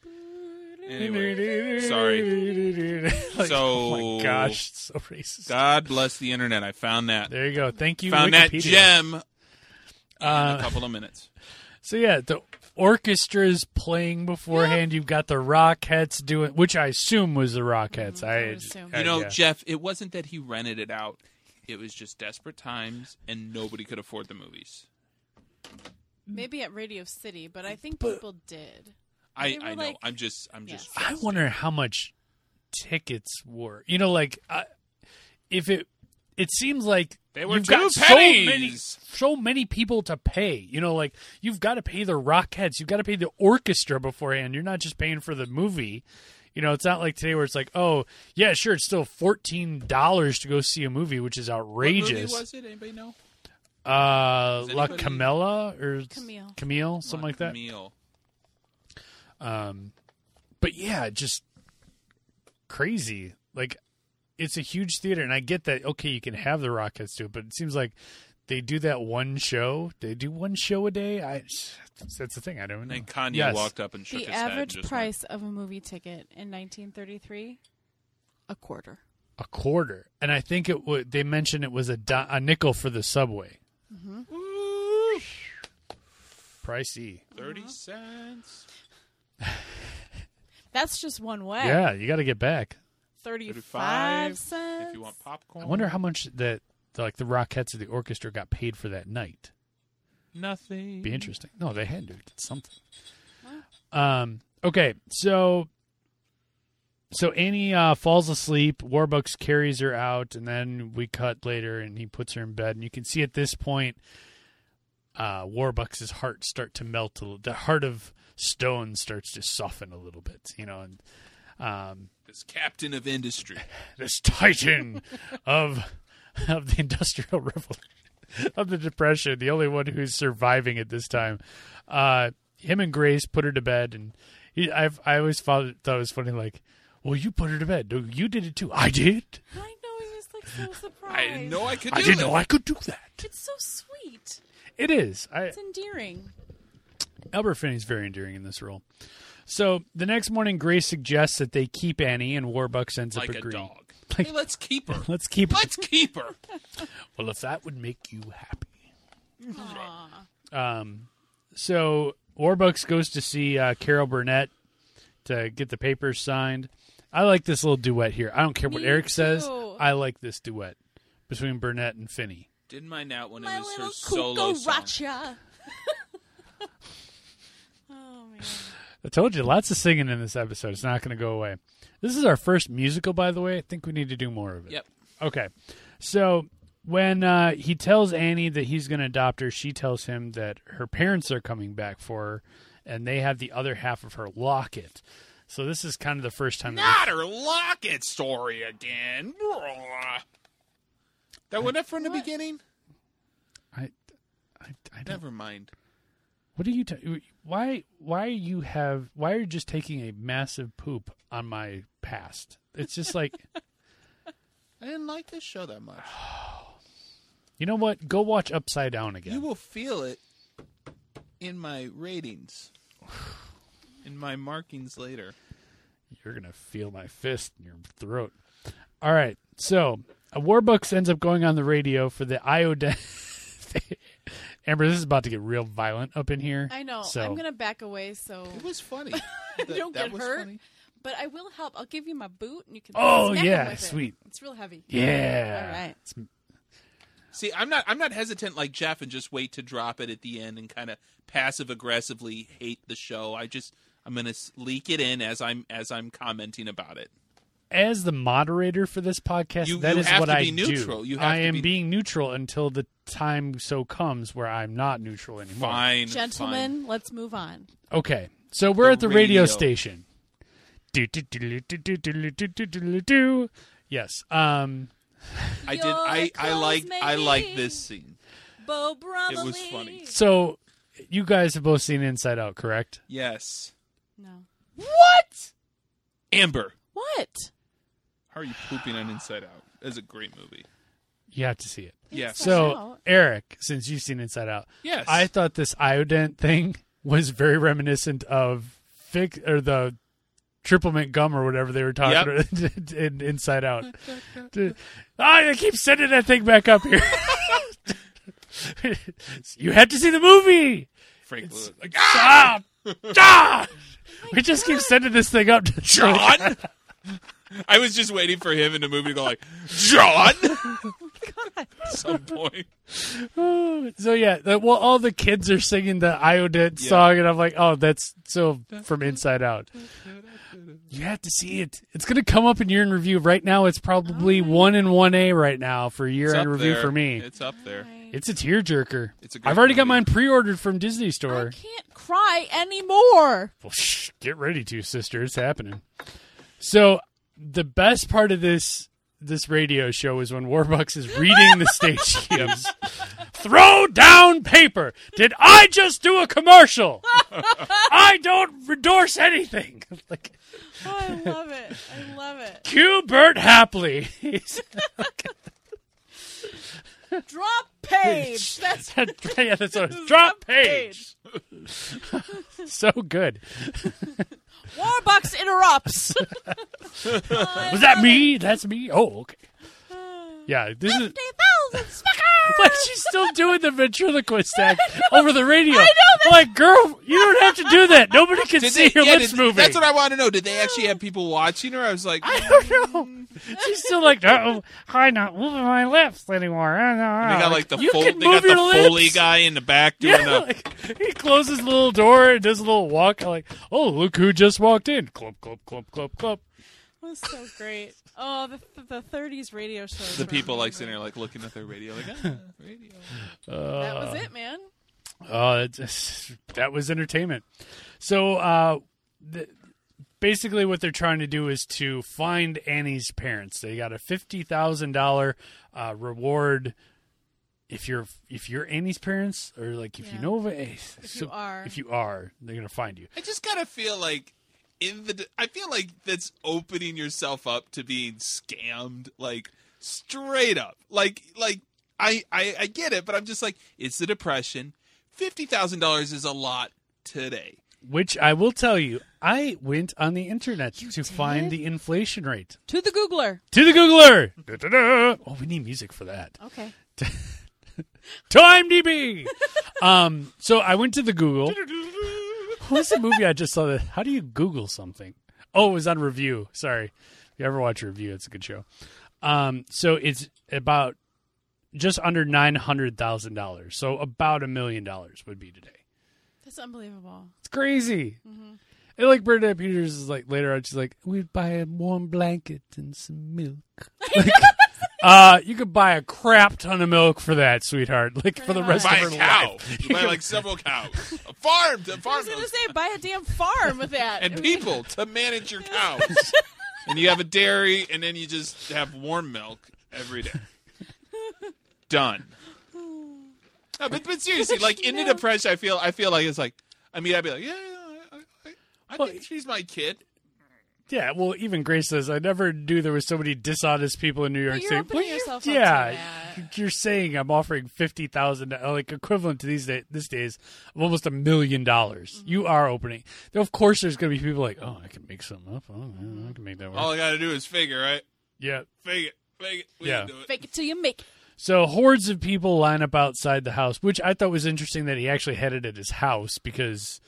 Speaker 3: Anyway, sorry.
Speaker 1: Like, oh
Speaker 3: So-
Speaker 1: my gosh, it's so racist.
Speaker 3: God bless the internet. I found that.
Speaker 1: There you go. Thank you.
Speaker 3: Found that
Speaker 1: Wikipedia.
Speaker 3: gem in
Speaker 1: Uh,
Speaker 3: a couple of minutes.
Speaker 1: So yeah, the orchestra's playing beforehand. You've got the Rockettes doing, which I assume was the Rockettes.
Speaker 2: Mhm, I
Speaker 1: I,
Speaker 2: would assume.
Speaker 1: I-
Speaker 3: You know,
Speaker 1: Uh, yeah.
Speaker 3: Jeff, it wasn't that he rented it out. It was just desperate times, and nobody could afford the movies.
Speaker 2: Maybe at Radio City, but I think people did.
Speaker 3: I,
Speaker 2: They were
Speaker 3: I know.
Speaker 2: like-
Speaker 3: I'm just. I'm just.
Speaker 1: I wonder how much tickets were. You know, like I, if it, it seems like
Speaker 3: They were
Speaker 1: you've
Speaker 3: two
Speaker 1: got
Speaker 3: pennies!
Speaker 1: so many, so many people to pay. You know, like you've got to pay the Rockettes, you've got to pay the orchestra beforehand. You're not just paying for the movie. You know, it's not like today where it's like, oh yeah, sure, it's still fourteen dollars to go see a movie, which is
Speaker 3: What movie
Speaker 1: outrageous.
Speaker 3: was it? Anybody know?
Speaker 1: Uh,
Speaker 3: Does
Speaker 1: La
Speaker 3: anybody-
Speaker 1: Camella or
Speaker 2: Camille.
Speaker 1: Camille, something like that.
Speaker 3: Meal.
Speaker 1: Um, but yeah, just crazy. Like it's a huge theater, and I get that. Okay, you can have the Rockets do it, but it seems like they do that one show. They do one show a day. I that's the thing. I don't
Speaker 3: And
Speaker 1: know.
Speaker 3: then Kanye
Speaker 1: Yes.
Speaker 3: walked up and shook
Speaker 2: the
Speaker 3: his head. and
Speaker 2: average
Speaker 3: just went,
Speaker 2: price of a movie ticket in 1933, a quarter.
Speaker 1: a quarter, and I think it would. They mentioned it was a di- a nickel for the subway.
Speaker 2: Uh-huh.
Speaker 1: Pricey.
Speaker 3: Thirty cents.
Speaker 2: That's just one way.
Speaker 1: Yeah, you got to get back.
Speaker 2: 35 cents.
Speaker 3: If you want popcorn.
Speaker 1: I wonder how much that like the Rockettes of the orchestra got paid for that night.
Speaker 3: Nothing.
Speaker 1: Be interesting. No, they had to get something. Um. Okay. So. So Annie uh, falls asleep. Warbucks carries her out, and then we cut later, and he puts her in bed. And you can see at this point, uh, Warbucks' heart start to melt. A little, the heart of stone starts to soften a little bit. You know, and um,
Speaker 3: This captain of industry.
Speaker 1: this titan of of the industrial revolution of the depression the only one who's surviving at this time uh him and grace put her to bed and he, I've, i always thought it, thought it was funny like well you put her to bed no you did it too i did
Speaker 2: I know, he was like so surprised.
Speaker 3: I didn't know I could do
Speaker 1: i didn't
Speaker 3: that.
Speaker 1: know i could do that
Speaker 2: It's so sweet.
Speaker 1: it is i
Speaker 2: It's endearing.
Speaker 1: Albert Finney's very endearing in this role so the next morning grace suggests that they keep annie and warbucks ends
Speaker 3: like
Speaker 1: up
Speaker 3: a
Speaker 1: agreeing
Speaker 3: dog. hey, let's keep her.
Speaker 1: let's keep her.
Speaker 3: Let's keep her.
Speaker 1: well if that would make you happy
Speaker 2: Aw.
Speaker 1: Um, so Warbucks goes to see uh, Carol Burnett to get the papers signed. I like this little duet here. I don't care what
Speaker 2: Me
Speaker 1: Eric says.
Speaker 2: too.
Speaker 1: I like this duet between Burnett and Finney.
Speaker 3: Didn't mind that when
Speaker 2: My
Speaker 3: it was her
Speaker 2: little
Speaker 3: solo song.
Speaker 2: cucaracha. oh, man.
Speaker 1: I told you, lots of singing in this episode. It's not going to go away. This is our first musical, by the way. I think we need to do more of it.
Speaker 3: Yep.
Speaker 1: Okay. So when uh, he tells Annie that he's going to adopt her, she tells him that her parents are coming back for her, and they have the other half of her locket. So this is kind of the first time. that we
Speaker 3: Not her locket story again. That went up from the
Speaker 2: What?
Speaker 3: beginning.
Speaker 1: I, I, I don't.
Speaker 3: Never mind.
Speaker 1: What are you? Ta- why? Why you have? Why are you just taking a massive poop on my past? It's just like
Speaker 3: I didn't like this show that much.
Speaker 1: You know what? Go watch Upside Down again.
Speaker 3: You will feel it in my ratings, in my markings later.
Speaker 1: You're gonna feel my fist in your throat. All right. So uh, Warbucks ends up going on the radio for the iodine. Amber, this is about to get real violent up in here.
Speaker 2: I know.
Speaker 1: So
Speaker 2: I'm gonna back away so
Speaker 3: It was funny. That-
Speaker 2: Don't
Speaker 3: that
Speaker 2: get
Speaker 3: was
Speaker 2: hurt.
Speaker 3: funny.
Speaker 2: but I will help. I'll give you my boot and you can
Speaker 1: Oh,
Speaker 2: smack 'em
Speaker 1: yeah,
Speaker 2: with it.
Speaker 1: sweet.
Speaker 2: It's real heavy.
Speaker 1: Yeah.
Speaker 2: All right.
Speaker 1: It's-
Speaker 3: See, I'm not. I'm not hesitant like Jeff and just wait to drop it at the end and kind of passive aggressively hate the show. I just I'm gonna s- leak it in as I'm as I'm commenting about it.
Speaker 1: as the moderator for this podcast,
Speaker 3: You-
Speaker 1: that
Speaker 3: you
Speaker 1: is
Speaker 3: have
Speaker 1: what
Speaker 3: to
Speaker 1: I
Speaker 3: be neutral.
Speaker 1: do.
Speaker 3: You have
Speaker 1: I
Speaker 3: to
Speaker 1: am
Speaker 3: be-
Speaker 1: being neutral until the time so comes where I'm not neutral anymore.
Speaker 3: Fine,
Speaker 2: Gentlemen, let's move on.
Speaker 1: Okay, so we're
Speaker 3: The
Speaker 1: at the radio,
Speaker 3: radio.
Speaker 1: station. Do, do, do, do, do, do, do, do, do, do. Yes. Um.
Speaker 3: Fine. I did.
Speaker 2: Your
Speaker 3: I I
Speaker 2: clothes
Speaker 3: like I
Speaker 2: made
Speaker 3: like
Speaker 2: me.
Speaker 3: this scene.
Speaker 2: Bo Bromley.
Speaker 3: was funny.
Speaker 1: So you guys have both seen Inside Out, correct?
Speaker 3: Yes,
Speaker 2: No.
Speaker 1: What?
Speaker 3: Amber.
Speaker 2: What?
Speaker 3: How are you pooping on Inside Out? That's a great movie.
Speaker 1: You have to see it.
Speaker 3: Yes.
Speaker 2: Inside
Speaker 1: So
Speaker 2: Out?
Speaker 1: Eric, since you've seen Inside Out,
Speaker 3: Yes.
Speaker 1: I thought this iodent thing was very reminiscent of fix or the triple mint gum or whatever they were talking
Speaker 3: Yep.
Speaker 1: about in Inside Out. Ah, they keep sending that thing back up here. you had to see the movie.
Speaker 3: Frank Lewis. Like, Ah!
Speaker 1: Stop. Stop. We just keep sending this thing up to
Speaker 3: John. I was just waiting for him in the movie to go like John.
Speaker 2: Oh
Speaker 3: At some point.
Speaker 1: so yeah, the, well, all the kids are singing the Iodent
Speaker 3: Yeah.
Speaker 1: song, and I'm like, oh, that's so from Inside Out. You have to see it. It's gonna come up in year in review. Right now, it's probably one and one A right now for year
Speaker 3: Ah. It's
Speaker 1: in
Speaker 3: up
Speaker 1: review
Speaker 3: there.
Speaker 1: for me. It's,
Speaker 3: It's up there.
Speaker 1: a tearjerker.
Speaker 3: It's a great
Speaker 1: I've already got
Speaker 3: movie.
Speaker 1: mine pre-ordered from Disney
Speaker 2: I
Speaker 1: Store.
Speaker 2: can't cry anymore.
Speaker 1: Well, shh, get ready to, sister. It's happening. So the best part of this this radio show is when Warbucks is reading the stage cues. Throw down paper. Did I just do a commercial? I don't endorse anything. Like
Speaker 2: Oh, I love it. I love it.
Speaker 1: cue Bert Hapley. He's-
Speaker 2: Drop page. That's
Speaker 1: yeah, that's what it is. Drop page. So good.
Speaker 2: Warbucks interrupts.
Speaker 1: Was that me? That's me. Oh, okay. Yeah, this is.
Speaker 2: 50,000 speakers.
Speaker 1: But she's still doing the ventriloquist act over the radio. Like, girl, you don't have to do that. Nobody can see your
Speaker 3: yeah,
Speaker 1: lips
Speaker 3: did-
Speaker 1: moving.
Speaker 3: That's what I want to know. Did they actually have people watching her? I was like,
Speaker 1: I don't know. She's still like, oh, I'm not moving my lips anymore. I don't know.
Speaker 3: they got like the
Speaker 1: you
Speaker 3: Fol-
Speaker 1: can
Speaker 3: they got
Speaker 1: move
Speaker 3: the
Speaker 1: your lips.
Speaker 3: Foley guy in the back doing
Speaker 1: Yeah,
Speaker 3: the.
Speaker 1: like, he closes the little door and does a little walk. I'm like, oh, look who just walked in. Clump, clump, clump, clump, clump.
Speaker 2: That's so great. Oh, the, the 30s radio shows.
Speaker 3: The
Speaker 2: were
Speaker 3: people like
Speaker 2: amazing.
Speaker 3: sitting there like looking at their radio like ah, radio.
Speaker 2: That was it, man.
Speaker 1: Uh, it's- that was entertainment. So uh, th- basically, what they're trying to do is to find Annie's parents. They got a fifty thousand thousand dollar uh, reward if you're if you're Annie's parents or like if you
Speaker 2: Yeah.
Speaker 1: know of it.
Speaker 2: If you are.
Speaker 1: if you are, they're gonna find you.
Speaker 3: I just kind of feel like in the I feel like that's opening yourself up to being scammed like straight up. Like like I I, I get it, but I'm just like it's the depression. Fifty thousand dollars is a lot today.
Speaker 1: Which I will tell you, I went on the internet to find
Speaker 2: did?
Speaker 1: the inflation rate
Speaker 2: To the Googler.
Speaker 1: to the Googler. Da-da-da. Oh, we need music for that.
Speaker 2: Okay.
Speaker 1: to IMDb. um, so I went to the Google. What's the movie I just saw? That how do you Google something? Oh, it was on review. Sorry, if you ever watch review, it's a good show. Um, so it's about just under nine hundred thousand dollars. So about a million dollars would be today.
Speaker 2: That's unbelievable.
Speaker 1: It's crazy.
Speaker 2: Mm-hmm.
Speaker 1: And like Bernadette Peters is like later on, she's like, we'd buy a warm blanket and some milk. Like, uh, you could buy a crap ton of milk for that, sweetheart. Like for the
Speaker 2: Pretty
Speaker 1: rest
Speaker 2: much.
Speaker 3: Buy
Speaker 1: of
Speaker 3: a
Speaker 1: her
Speaker 3: cow.
Speaker 1: life.
Speaker 3: You buy like several cows. A farm to
Speaker 2: I
Speaker 3: farm
Speaker 2: was going to
Speaker 3: those
Speaker 2: say, buy a damn farm with that. I
Speaker 3: and
Speaker 2: mean,
Speaker 3: people to manage your cows. and you have a dairy, and then you just have warm milk every day. Done. No, but but seriously, like in the depression, I feel I feel like it's like I mean I'd be like yeah, yeah, I, I, I
Speaker 1: Well,
Speaker 3: think she's my kid.
Speaker 1: Yeah, well, even Grace says, I never knew there was so many dishonest people in New York
Speaker 2: You're
Speaker 1: City.
Speaker 2: opening
Speaker 1: Well, you-
Speaker 2: yourself up to
Speaker 1: yeah,
Speaker 2: that.
Speaker 1: you're saying I'm offering fifty thousand, uh, like equivalent to these day, this days, of almost a million
Speaker 2: Mm-hmm.
Speaker 1: dollars. You are opening. Of course, there's going to be people like, oh, I can make something up. Oh, yeah, I can make that work.
Speaker 3: All I gotta do is figure, right?
Speaker 1: yeah.
Speaker 3: Fake it, fake it. We
Speaker 1: Yeah.
Speaker 3: can do it.
Speaker 2: Fake it till you make it.
Speaker 1: So hordes of people line up outside the house, which I thought was interesting that he actually had it at his house because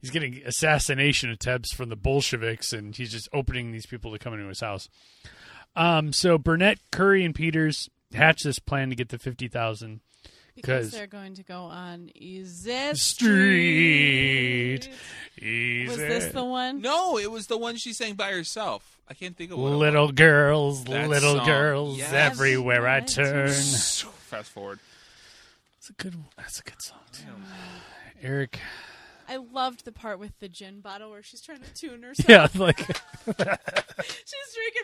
Speaker 1: he's getting assassination attempts from the Bolsheviks, and he's just opening these people to come into his house. Um, so Burnett, Curry, and Peters hatch this plan to get the fifty thousand.
Speaker 2: Because
Speaker 1: 'Cause-
Speaker 2: they're going to go on Easy
Speaker 1: Street. Easy.
Speaker 2: Was this the one?
Speaker 3: No, it was the one she sang by herself. I can't think of what. it
Speaker 1: Little girls,
Speaker 3: That
Speaker 1: little
Speaker 3: song.
Speaker 1: girls,
Speaker 3: Yes.
Speaker 1: everywhere I
Speaker 2: Right.
Speaker 1: turn. It's
Speaker 3: was. Fast forward.
Speaker 1: a good. That's a good song too. Eric.
Speaker 2: I loved the part with the gin bottle where she's trying to tune herself.
Speaker 1: Yeah, like
Speaker 2: She's drinking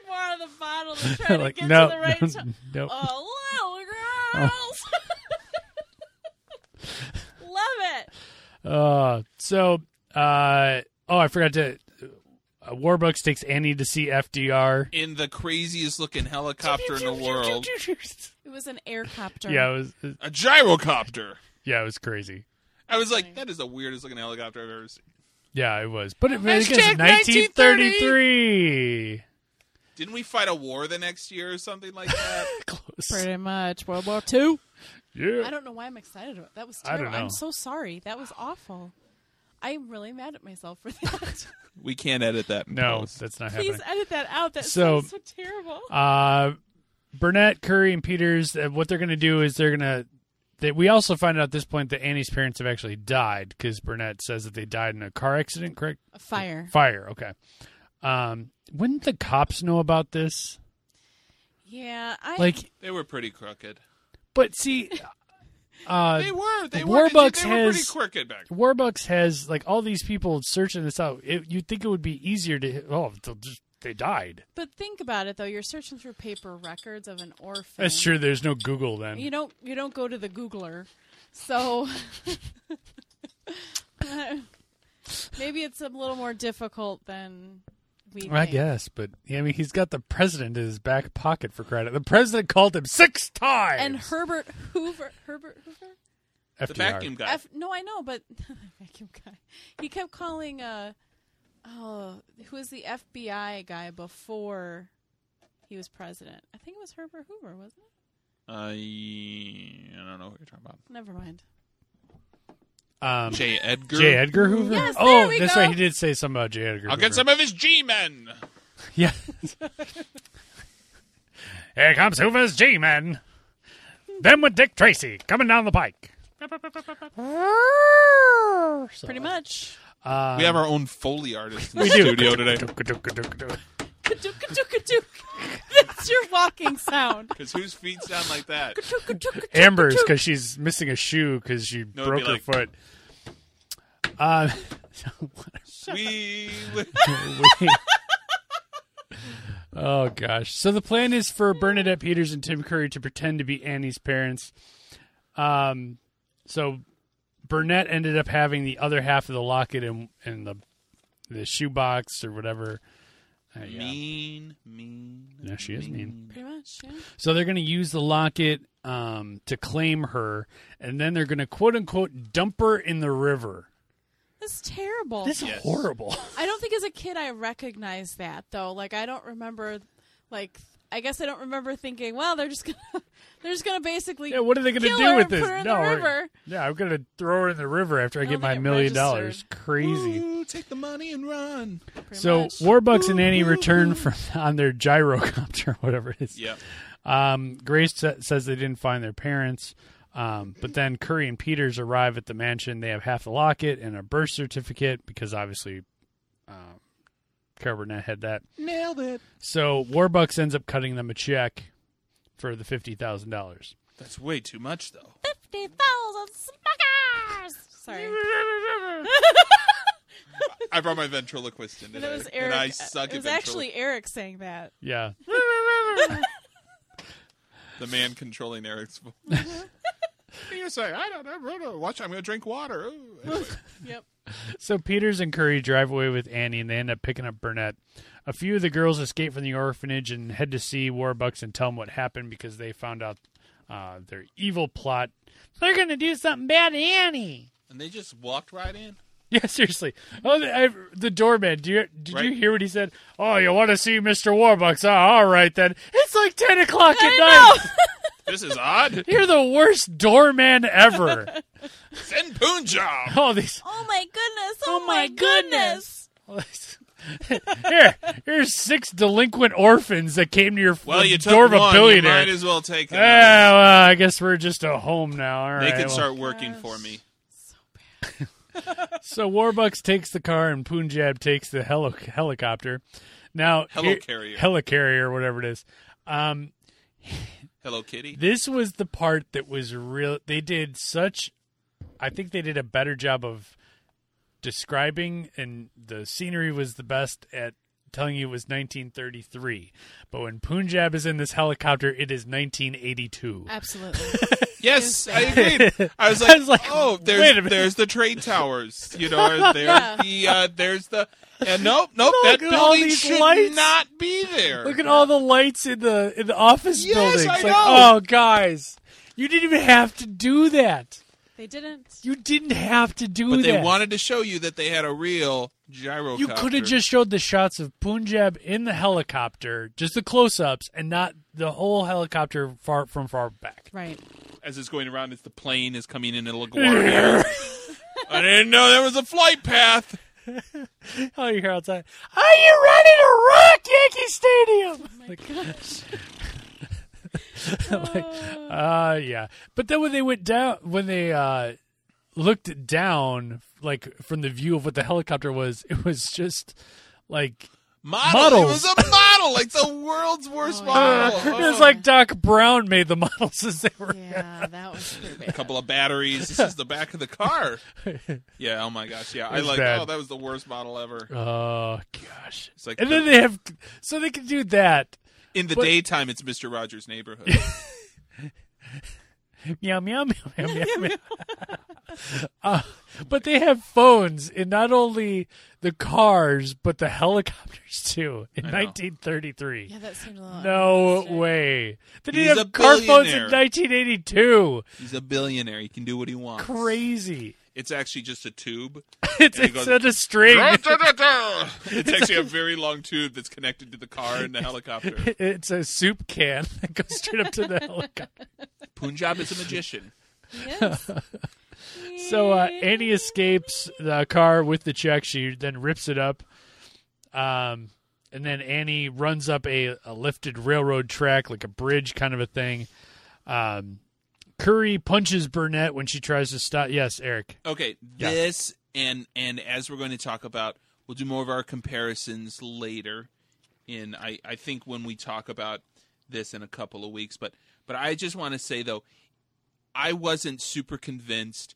Speaker 2: more out of the bottle than trying
Speaker 1: like
Speaker 2: to get
Speaker 1: no,
Speaker 2: to the right
Speaker 1: no,
Speaker 2: time.
Speaker 1: no.
Speaker 2: Oh, little girls. Love it.
Speaker 1: Uh, so, uh, oh, I forgot to. Uh, Warbucks takes Annie to see FDR.
Speaker 3: In the craziest looking helicopter in the world,
Speaker 2: It was an air copter.
Speaker 1: yeah, it was. it-
Speaker 3: a gyrocopter.
Speaker 1: Yeah, it was crazy.
Speaker 3: I was like, that is the weirdest looking helicopter I've ever seen.
Speaker 1: Yeah, it was. But it,
Speaker 3: Hashtag
Speaker 1: it's 1933.
Speaker 3: Didn't we fight a war the next year or something like that?
Speaker 1: Close.
Speaker 2: Pretty much World War Two. I
Speaker 1: Yeah.
Speaker 2: don't know why I'm excited about that. Was
Speaker 1: I don't
Speaker 2: terrible. I'm
Speaker 1: know.
Speaker 2: so sorry. That was awful. I'm really mad at myself for that.
Speaker 3: we can't edit that. in
Speaker 1: No,
Speaker 3: post.
Speaker 1: that's not happening.
Speaker 2: Please edit that out. That
Speaker 1: So-
Speaker 2: sounds so terrible.
Speaker 1: Uh, Burnett, Curry, and Peters. Uh, what they're going to do is they're going to. That we also find out at this point that Annie's parents have actually died because Burnett says that they died in a car accident. Correct?
Speaker 2: A fire.
Speaker 1: Fire. Okay. Um, wouldn't the cops know about this?
Speaker 2: Yeah, I
Speaker 1: Like,
Speaker 3: they were pretty crooked.
Speaker 1: but see, uh,
Speaker 3: They were. They were.
Speaker 1: Warbucks
Speaker 3: They were pretty
Speaker 1: has-
Speaker 3: crooked back. then.
Speaker 1: Warbucks has like all these people searching this out. It, you'd think it would be easier to. Oh, they'll just, they died.
Speaker 2: But think about it though. You're searching through paper records of an orphan.
Speaker 1: That's true. There's no Google then.
Speaker 2: You don't you don't go to the Googler, so maybe it's a little more difficult than we.
Speaker 1: I
Speaker 2: think.
Speaker 1: guess, but I mean, he's got the president in his back pocket for credit. The president called him six times.
Speaker 2: And Herbert Hoover, Herbert Hoover.
Speaker 1: FDR.
Speaker 3: The vacuum
Speaker 1: Uh,
Speaker 3: guy.
Speaker 2: F, no, I know, but vacuum guy. He kept calling. Uh, oh, who was the FBI guy before he was president? I think it was Herbert Hoover, wasn't it?
Speaker 3: I I don't know what you're talking about.
Speaker 2: Never mind.
Speaker 1: Um, J.
Speaker 3: J. Edgar.
Speaker 1: Edgar Hoover.
Speaker 2: Yes,
Speaker 1: oh,
Speaker 2: there we
Speaker 1: that's
Speaker 2: go.
Speaker 1: right. He did say something about J. Edgar.
Speaker 3: I'll
Speaker 1: Hoover.
Speaker 3: get some of his G-men.
Speaker 1: Yeah. Here comes Hoover's G-men. Them with Dick Tracy coming down the pike.
Speaker 2: Pretty much.
Speaker 3: we have our own foley artist in
Speaker 1: We
Speaker 3: the
Speaker 1: do.
Speaker 3: studio today.
Speaker 2: Ka-dook, ka-dook, ka-dook. That's your walking sound.
Speaker 3: Because whose feet sound like that?
Speaker 2: Ka-dook, ka-dook, ka-dook,
Speaker 1: Amber's
Speaker 2: ka-dook.
Speaker 1: because she's missing a shoe because she
Speaker 3: No, it'd
Speaker 1: broke
Speaker 3: be
Speaker 1: her
Speaker 3: like-
Speaker 1: foot. Um,
Speaker 3: we.
Speaker 1: oh gosh! So the plan is for Bernadette Peters and Tim Curry to pretend to be Annie's parents. Um, so Burnett ended up having the other half of the locket and and the the shoebox or whatever. Uh, yeah.
Speaker 3: Mean, mean.
Speaker 1: Yeah, she is mean.
Speaker 2: Pretty much, yeah.
Speaker 1: So they're going to use the locket um, to claim her, and then they're going to quote unquote dump her in the river.
Speaker 2: That's terrible.
Speaker 1: This is
Speaker 3: Yes.
Speaker 1: horrible.
Speaker 2: I don't think as a kid I recognized that though. Like I don't remember, like I guess I don't remember thinking, well, they're just gonna, they're just gonna basically.
Speaker 1: Yeah, what are they going to
Speaker 2: Kill
Speaker 1: do
Speaker 2: her
Speaker 1: with
Speaker 2: and
Speaker 1: this?
Speaker 2: put her in
Speaker 1: no,
Speaker 2: the
Speaker 1: we're-
Speaker 2: river.
Speaker 1: yeah, I'm going to throw her in the river after I,
Speaker 2: don't
Speaker 1: get my
Speaker 2: think it
Speaker 1: million
Speaker 2: registered.
Speaker 1: dollars. Crazy.
Speaker 3: Ooh, take the money and run.
Speaker 2: pretty
Speaker 1: So
Speaker 2: much.
Speaker 1: Warbucks and Annie return from on their gyrocopter, whatever it is.
Speaker 3: Yeah.
Speaker 1: Um, Grace sa- says they didn't find their parents, um, but then Curry and Peters arrive at the mansion. They have half the locket and a birth certificate because obviously, uh, Carol Burnett had that.
Speaker 3: Nailed it.
Speaker 1: So Warbucks ends up cutting them a check for the fifty thousand dollars.
Speaker 3: That's way too much, though.
Speaker 2: fifty thousand smackers. Sorry,
Speaker 3: I brought my ventriloquist in
Speaker 2: and
Speaker 3: today.
Speaker 2: it was Eric. uh,
Speaker 3: And I suck
Speaker 2: it was
Speaker 3: at ventrilo-
Speaker 2: actually Eric saying that.
Speaker 1: Yeah.
Speaker 3: The man controlling Eric's voice.
Speaker 2: Mm-hmm.
Speaker 3: you say, I don't know. Watch, I'm going to drink water. Ooh. Anyway.
Speaker 2: Yep.
Speaker 1: So Peters and Curry drive away with Annie, and they end up picking up Burnett. A few of the girls escape from the orphanage and head to see Warbucks and tell him what happened because they found out uh, their evil plot. They're going to do something bad to Annie.
Speaker 3: And they just walked right in.
Speaker 1: Yeah, seriously. Oh, the, I, the doorman. Do you, did you
Speaker 3: Right.
Speaker 1: hear what he said? Oh, you want to see Mr. Warbucks? Ah, all right then. It's like ten o'clock at
Speaker 2: I
Speaker 1: night.
Speaker 3: This is odd.
Speaker 1: You're the worst doorman ever.
Speaker 3: Send Punjab.
Speaker 1: oh, these.
Speaker 2: Oh my goodness! Oh,
Speaker 1: Oh, my
Speaker 2: my goodness!
Speaker 1: Here, here's six delinquent orphans that came to your
Speaker 3: Well, you took
Speaker 1: door of a
Speaker 3: one. You
Speaker 1: billionaire.
Speaker 3: might as well take
Speaker 1: Ah,
Speaker 3: them.
Speaker 1: well, I guess we're just a home now. All
Speaker 3: they
Speaker 1: right,
Speaker 3: can
Speaker 1: well.
Speaker 3: start working for me.
Speaker 1: So Warbucks takes the car and Punjab takes the heli- helicopter. Now,
Speaker 3: Helicarrier.
Speaker 1: helicarrier, whatever it is. Um,
Speaker 3: Hello, Kitty.
Speaker 1: this was the part that was real. They did such. I think they did a better job of describing, and the scenery was the best at telling you it was 1933. But when Punjab is in this helicopter, it is 1982.
Speaker 2: Absolutely.
Speaker 3: Yes, I
Speaker 2: Yes,
Speaker 3: agreed. I was like,
Speaker 1: I was like,
Speaker 3: oh, there's
Speaker 1: wait a minute.
Speaker 3: there's the trade towers. You know, or there's
Speaker 2: Yeah.
Speaker 3: the uh, there's the and nope, nope,
Speaker 1: Look
Speaker 3: that
Speaker 1: at all
Speaker 3: building
Speaker 1: these
Speaker 3: should
Speaker 1: lights.
Speaker 3: not be there.
Speaker 1: Look at all the lights in the in the office
Speaker 3: Yes,
Speaker 1: building.
Speaker 3: I
Speaker 1: It's like,
Speaker 3: know.
Speaker 1: oh, guys, you didn't even have to do that.
Speaker 2: they didn't.
Speaker 1: You didn't have to do
Speaker 3: but
Speaker 1: that.
Speaker 3: they wanted to show you that they had a real gyrocopter.
Speaker 1: you could have just showed the shots of Punjab in the helicopter, just the close-ups, and not the whole helicopter far from far back.
Speaker 2: Right.
Speaker 3: as it's going around as the plane is coming into LaGuardia. I didn't know there was a flight path.
Speaker 1: Oh, you hear outside? Are you ready to rock Yankee Stadium?
Speaker 2: Oh my gosh.
Speaker 1: Uh, yeah. But then when they went down, when they uh, looked down, like from the view of what the helicopter was, it was just like
Speaker 3: Model.
Speaker 1: Models.
Speaker 3: It was a model, like the world's worst
Speaker 2: Oh, yeah.
Speaker 3: model.
Speaker 1: it was like Doc Brown made the models as they were.
Speaker 2: yeah, that was pretty
Speaker 3: a
Speaker 2: bad.
Speaker 3: couple of batteries. This is the back of the car. Yeah. Oh my gosh. Yeah. I
Speaker 1: It's
Speaker 3: like.
Speaker 1: bad.
Speaker 3: Oh, that was the worst model ever.
Speaker 1: Oh gosh!
Speaker 3: It's like
Speaker 1: And
Speaker 3: the-
Speaker 1: then they have, so they can do that.
Speaker 3: in the
Speaker 1: but-
Speaker 3: daytime, it's Mister Rogers' neighborhood.
Speaker 1: meow meow meow meow meow. meow. uh, but they have phones in not only the cars but the helicopters too in
Speaker 3: I know.
Speaker 1: 1933.
Speaker 2: Yeah, that seemed a little.
Speaker 1: No
Speaker 2: unrealistic.
Speaker 1: way. They
Speaker 3: He's
Speaker 1: didn't
Speaker 3: a
Speaker 1: have car phones in
Speaker 3: billionaire.
Speaker 1: 1982.
Speaker 3: He's a billionaire. He can do what he wants.
Speaker 1: Crazy.
Speaker 3: It's actually just a tube.
Speaker 1: It's,
Speaker 3: And he
Speaker 1: it's
Speaker 3: goes,
Speaker 1: on a string.
Speaker 3: it's actually a very long tube that's connected to the car and the helicopter.
Speaker 1: It's a soup can that goes straight up to the helicopter.
Speaker 3: Punjab is a magician.
Speaker 2: Yes.
Speaker 1: So uh, Annie escapes the car with the check. She then rips it up. Um, and then Annie runs up a, a lifted railroad track, like a bridge kind of a thing. Um, Curry punches Burnett when she tries to stop. Yes, Eric.
Speaker 3: Okay,
Speaker 1: Yeah.
Speaker 3: this and and as we're going to talk about, we'll do more of our comparisons later. In I I think when we talk about this in a couple of weeks, but but I just want to say though, I wasn't super convinced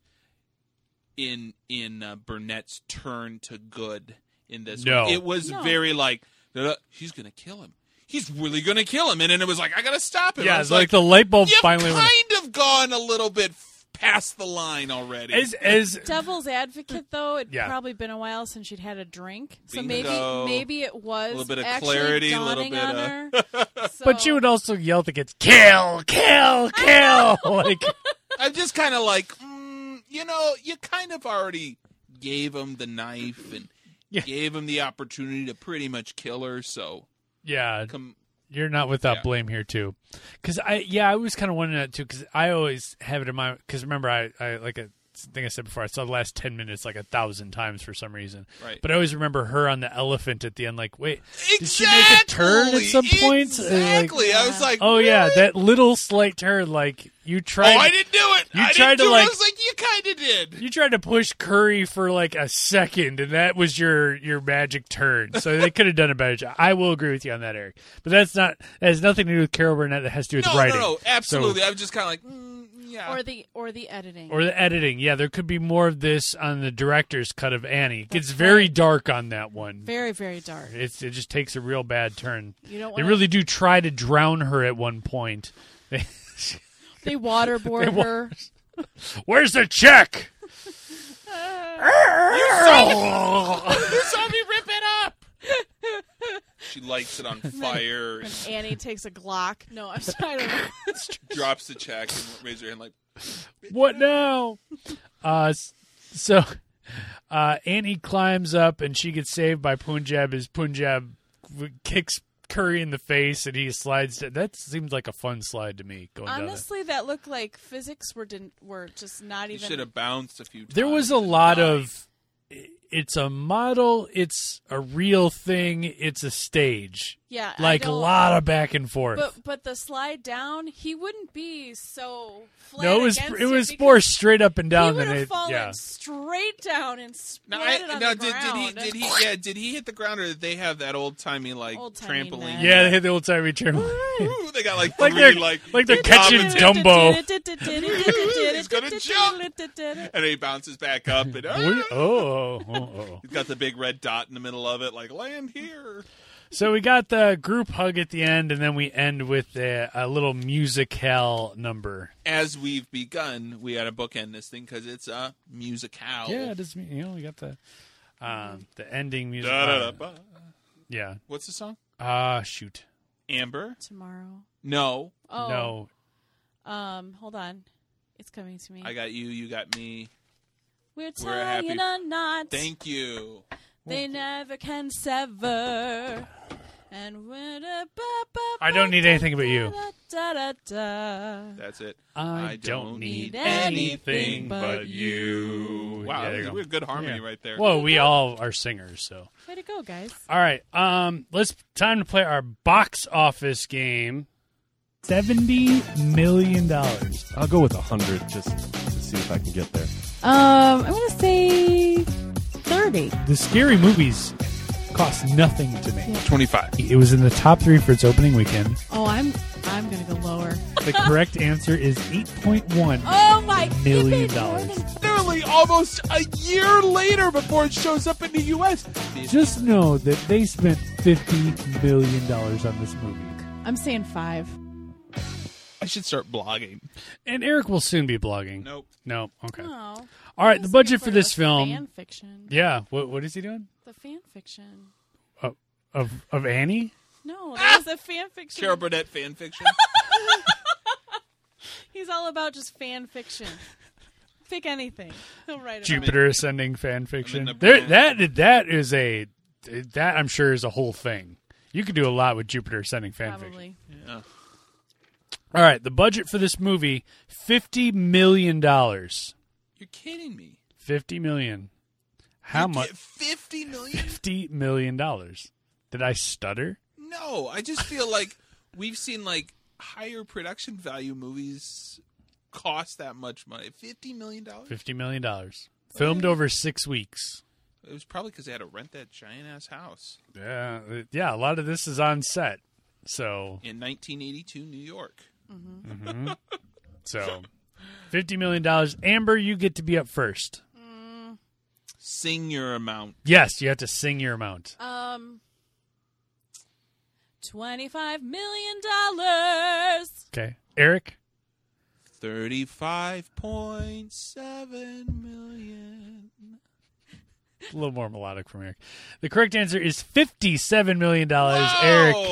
Speaker 3: in in uh, Burnett's turn to good in this.
Speaker 1: No.
Speaker 3: one. it was
Speaker 2: No.
Speaker 3: very like "Uh, she's gonna kill him. He's really gonna kill him, and then it was like I gotta stop him. I
Speaker 1: Yeah,
Speaker 3: was
Speaker 1: it's like, the light bulb
Speaker 3: you've
Speaker 1: finally went.
Speaker 3: kind of gone a little bit f- past the line already.
Speaker 1: As as
Speaker 2: Devil's advocate, though, it'd
Speaker 1: Yeah.
Speaker 2: probably been a while since she'd had a drink, so
Speaker 3: Bingo.
Speaker 2: maybe maybe it was
Speaker 3: Little bit of
Speaker 2: actually
Speaker 3: clarity, little
Speaker 2: dawning
Speaker 3: bit
Speaker 2: on her. So-
Speaker 1: But you would also yell at the kids, kill, kill, kill. like,
Speaker 3: I'm just kind of like, mm, you know, you kind of already gave him the knife and
Speaker 1: Yeah.
Speaker 3: gave him the opportunity to pretty much kill her. So
Speaker 1: yeah,
Speaker 3: come,
Speaker 1: you're not without
Speaker 3: Yeah.
Speaker 1: blame here too. Because I, yeah, I was kind of wondering that too. Because I always have it in my. Because remember, I, I like a thing I said before. I saw the last ten minutes like a thousand times for some reason.
Speaker 3: Right.
Speaker 1: But I always remember her on the elephant at the end. Like, wait, did she make a turn at some point? Uh, like,
Speaker 3: Exactly. I was like,
Speaker 1: oh yeah,
Speaker 3: really?
Speaker 1: that little slight turn. Like you tried.
Speaker 3: oh, I didn't do it.
Speaker 1: You
Speaker 3: I didn't
Speaker 1: tried to,
Speaker 3: do it.
Speaker 1: like-
Speaker 3: I was like, you kind of did.
Speaker 1: You tried to push Curry for like a second, and that was your your magic turn. So they could have done a better job. I will agree with you on that, Eric. But that's not that has nothing to do with Carol Burnett. That has to do with
Speaker 3: No,
Speaker 1: writing,
Speaker 3: no, no, absolutely. I was just kind of like, mm, yeah.
Speaker 2: or the or the editing.
Speaker 1: or the editing. Yeah, there could be more of this on the director's cut of Annie. It gets very dark on that one.
Speaker 2: very very dark.
Speaker 1: It's it just takes a real bad turn.
Speaker 2: You don't.
Speaker 1: They
Speaker 2: wanna-
Speaker 1: really do try to drown her at one point. They-
Speaker 2: They waterboard
Speaker 1: They wa-
Speaker 2: her.
Speaker 1: Where's the check?
Speaker 3: you saw me rip it up. She lights it on fire
Speaker 2: When
Speaker 3: and
Speaker 2: Annie takes a Glock. No, I'm sorry. I don't know.
Speaker 3: drops the check and raises her hand like
Speaker 1: What now? Uh, s- so uh, Annie climbs up and she gets saved by Punjab as Punjab w- kicks Curry in the face and he slides. Down. That seemed like a fun slide to me. Going down that.
Speaker 2: Honestly, that looked like physics were didn't were just not
Speaker 3: you
Speaker 2: even.
Speaker 3: should have bounced a few times.
Speaker 1: There was a
Speaker 3: and
Speaker 1: lot
Speaker 3: died."
Speaker 1: of. i- It's a model. It's a real thing. It's a stage.
Speaker 2: yeah, I
Speaker 1: Like a
Speaker 2: don't-
Speaker 1: lot of back and forth.
Speaker 2: But but the slide down, he wouldn't be so. Flat
Speaker 1: no, it was
Speaker 2: against
Speaker 1: it was
Speaker 2: because
Speaker 1: more straight up and down
Speaker 2: He
Speaker 1: than
Speaker 2: would have
Speaker 1: it.
Speaker 2: fallen
Speaker 1: Yeah.
Speaker 2: straight down and
Speaker 3: Now,
Speaker 2: splatted
Speaker 3: I,
Speaker 2: on
Speaker 3: now
Speaker 2: the
Speaker 3: did, did he
Speaker 2: ground.
Speaker 3: did he yeah did he hit the ground or did they have that old timey like
Speaker 2: Old-timey
Speaker 3: trampoline?
Speaker 2: net.
Speaker 1: Yeah, they had the old timey trampoline.
Speaker 3: Ooh, they got like
Speaker 1: Like
Speaker 3: like
Speaker 1: they're-
Speaker 3: three like
Speaker 1: like they're catching
Speaker 3: Robin-
Speaker 1: dumb-
Speaker 3: He's gonna jump. and he bounces back up and
Speaker 1: Boy-
Speaker 3: ah!
Speaker 1: oh, oh, oh.
Speaker 3: he's got the big red dot in the middle of it like land here.
Speaker 1: So we got the group hug at the end, and then we end with a, a little musical number.
Speaker 3: As we've begun, we had to bookend this thing because it's a musicale.
Speaker 1: Yeah, it is, you know, we got the um, the ending music.
Speaker 3: Da, da, da, ba.
Speaker 1: yeah.
Speaker 3: What's the song?
Speaker 1: Ah, shoot.
Speaker 3: Amber?
Speaker 2: Tomorrow.
Speaker 3: No,
Speaker 2: Oh.
Speaker 1: No.
Speaker 2: Um, hold on. It's coming to me.
Speaker 3: I got you. You got me.
Speaker 2: We're
Speaker 3: We're happy.
Speaker 2: tying a knot
Speaker 3: Thank you.
Speaker 2: they never can sever. And we're da- ba- ba-
Speaker 1: I don't need
Speaker 2: ba-
Speaker 1: anything but you.
Speaker 2: Da, da, da, da.
Speaker 3: That's it.
Speaker 1: I,
Speaker 3: I
Speaker 1: don't,
Speaker 3: don't
Speaker 1: need
Speaker 2: need
Speaker 1: anything
Speaker 2: anything
Speaker 1: but
Speaker 2: but
Speaker 1: you.
Speaker 3: Wow,
Speaker 1: Yeah,
Speaker 3: that
Speaker 1: there
Speaker 3: was
Speaker 1: you
Speaker 3: a
Speaker 1: go.
Speaker 3: weird good harmony
Speaker 1: Yeah.
Speaker 3: right there.
Speaker 1: Well, we all are singers, so.
Speaker 2: Way to go, guys.
Speaker 1: All right. Um, let's time to play our box office game. Seventy million dollars.
Speaker 4: I'll go with 100 just to see if I can get there.
Speaker 5: Um, I want to say 30.
Speaker 1: The scary movies cost nothing to make.
Speaker 3: 25.
Speaker 1: It was in the top three for its opening weekend.
Speaker 2: Oh, I'm I'm gonna go lower.
Speaker 1: The correct answer is 8.1.
Speaker 2: Oh my!
Speaker 1: Million dollars.
Speaker 3: Literally almost a year later before it shows up in the U.S.
Speaker 1: Just know that they spent $50 million on this movie.
Speaker 2: I'm saying five.
Speaker 3: I should start blogging.
Speaker 1: And Eric will soon be blogging.
Speaker 3: Nope.
Speaker 1: No, okay.
Speaker 2: Oh.
Speaker 1: All right, the budget for this
Speaker 2: Fan
Speaker 1: film.
Speaker 2: fiction.
Speaker 1: Yeah, what, what is he doing?
Speaker 2: The fan fiction.
Speaker 1: Of, of Annie?
Speaker 2: No, that was a fan fiction.
Speaker 3: Carol Burnett fan fiction.
Speaker 2: He's all about just fan fiction. Pick anything. He'll write about it.
Speaker 1: Jupiter Ascending fan fiction.
Speaker 3: the
Speaker 1: There,
Speaker 3: Bronx.
Speaker 1: that, that is a, that I'm sure is a whole thing. You could do a lot with Jupiter Ascending fan fiction.
Speaker 2: Probably.
Speaker 1: All right, the budget for this movie, $50 million. $50
Speaker 3: You're kidding me.
Speaker 1: million. How
Speaker 3: You
Speaker 1: much?
Speaker 3: get Fifty million?
Speaker 1: fifty million dollars. Did I stutter?
Speaker 3: No, I just feel like we've seen like higher production value movies cost that much money. Fifty million dollars.
Speaker 1: Fifty million dollars. Filmed over six weeks.
Speaker 3: It was probably because they had to rent that giant ass house
Speaker 1: Yeah, uh, yeah. A lot of this is on set, so
Speaker 3: in 1982 New York.
Speaker 1: so fifty million dollars. Amber, you get to be up first.
Speaker 3: Sing your amount.
Speaker 1: Yes, you have to sing your amount.
Speaker 2: Um, twenty-five million dollars.
Speaker 1: Okay, Eric.
Speaker 3: Thirty-five point seven million.
Speaker 1: A little more melodic from Eric. The correct answer is fifty-seven million dollars. Eric.
Speaker 3: Eric.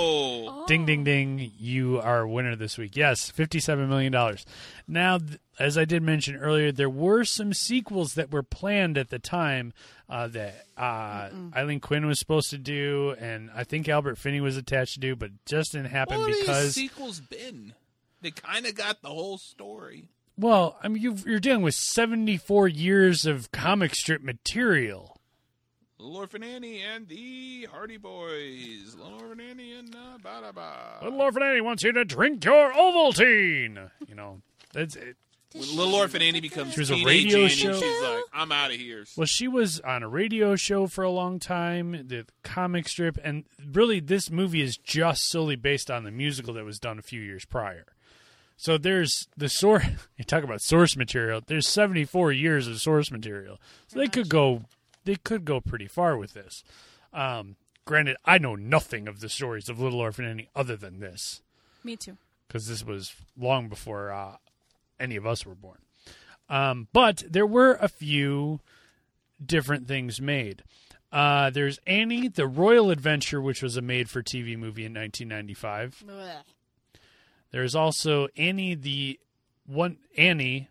Speaker 1: Ding
Speaker 2: Oh.
Speaker 1: ding ding! You are a winner this week. Yes, fifty-seven million dollars. Now, th- as I did mention earlier, there were some sequels that were planned at the time uh, that uh, Eileen Quinn was supposed to do, and I think Albert Finney was attached to do, but it just didn't happen
Speaker 3: What have
Speaker 1: because
Speaker 3: these sequels been? They kind of got the whole story.
Speaker 1: well, I mean, you've, you're dealing with seventy-four years of comic strip material.
Speaker 3: Little Orphan Annie and the Hardy Boys. Little Orphan Annie and uh, Bada Ba.
Speaker 1: Little Orphan Annie wants you to drink your Ovaltine. You know, that's it.
Speaker 3: When Little Orphan Annie becomes
Speaker 1: She was a
Speaker 3: teenage
Speaker 1: radio
Speaker 3: Annie,
Speaker 1: show.
Speaker 3: She's like, I'm out of here.
Speaker 1: Well, she was on a radio show for a long time, the comic strip, and really this movie is just solely based on the musical that was done a few years prior. So there's the source. You talk about source material. There's 74 years of source material, so they could go, they could go pretty far with this. Um, granted, I know nothing of the stories of Little Orphan Annie other than this,
Speaker 2: Me too.
Speaker 1: because this was long before uh, any of us were born. Um, but there were a few different things made. Uh, there's Annie, The Royal Adventure, which was a made for TV movie in 1995.
Speaker 2: Blech.
Speaker 1: There's also Annie, the one Annie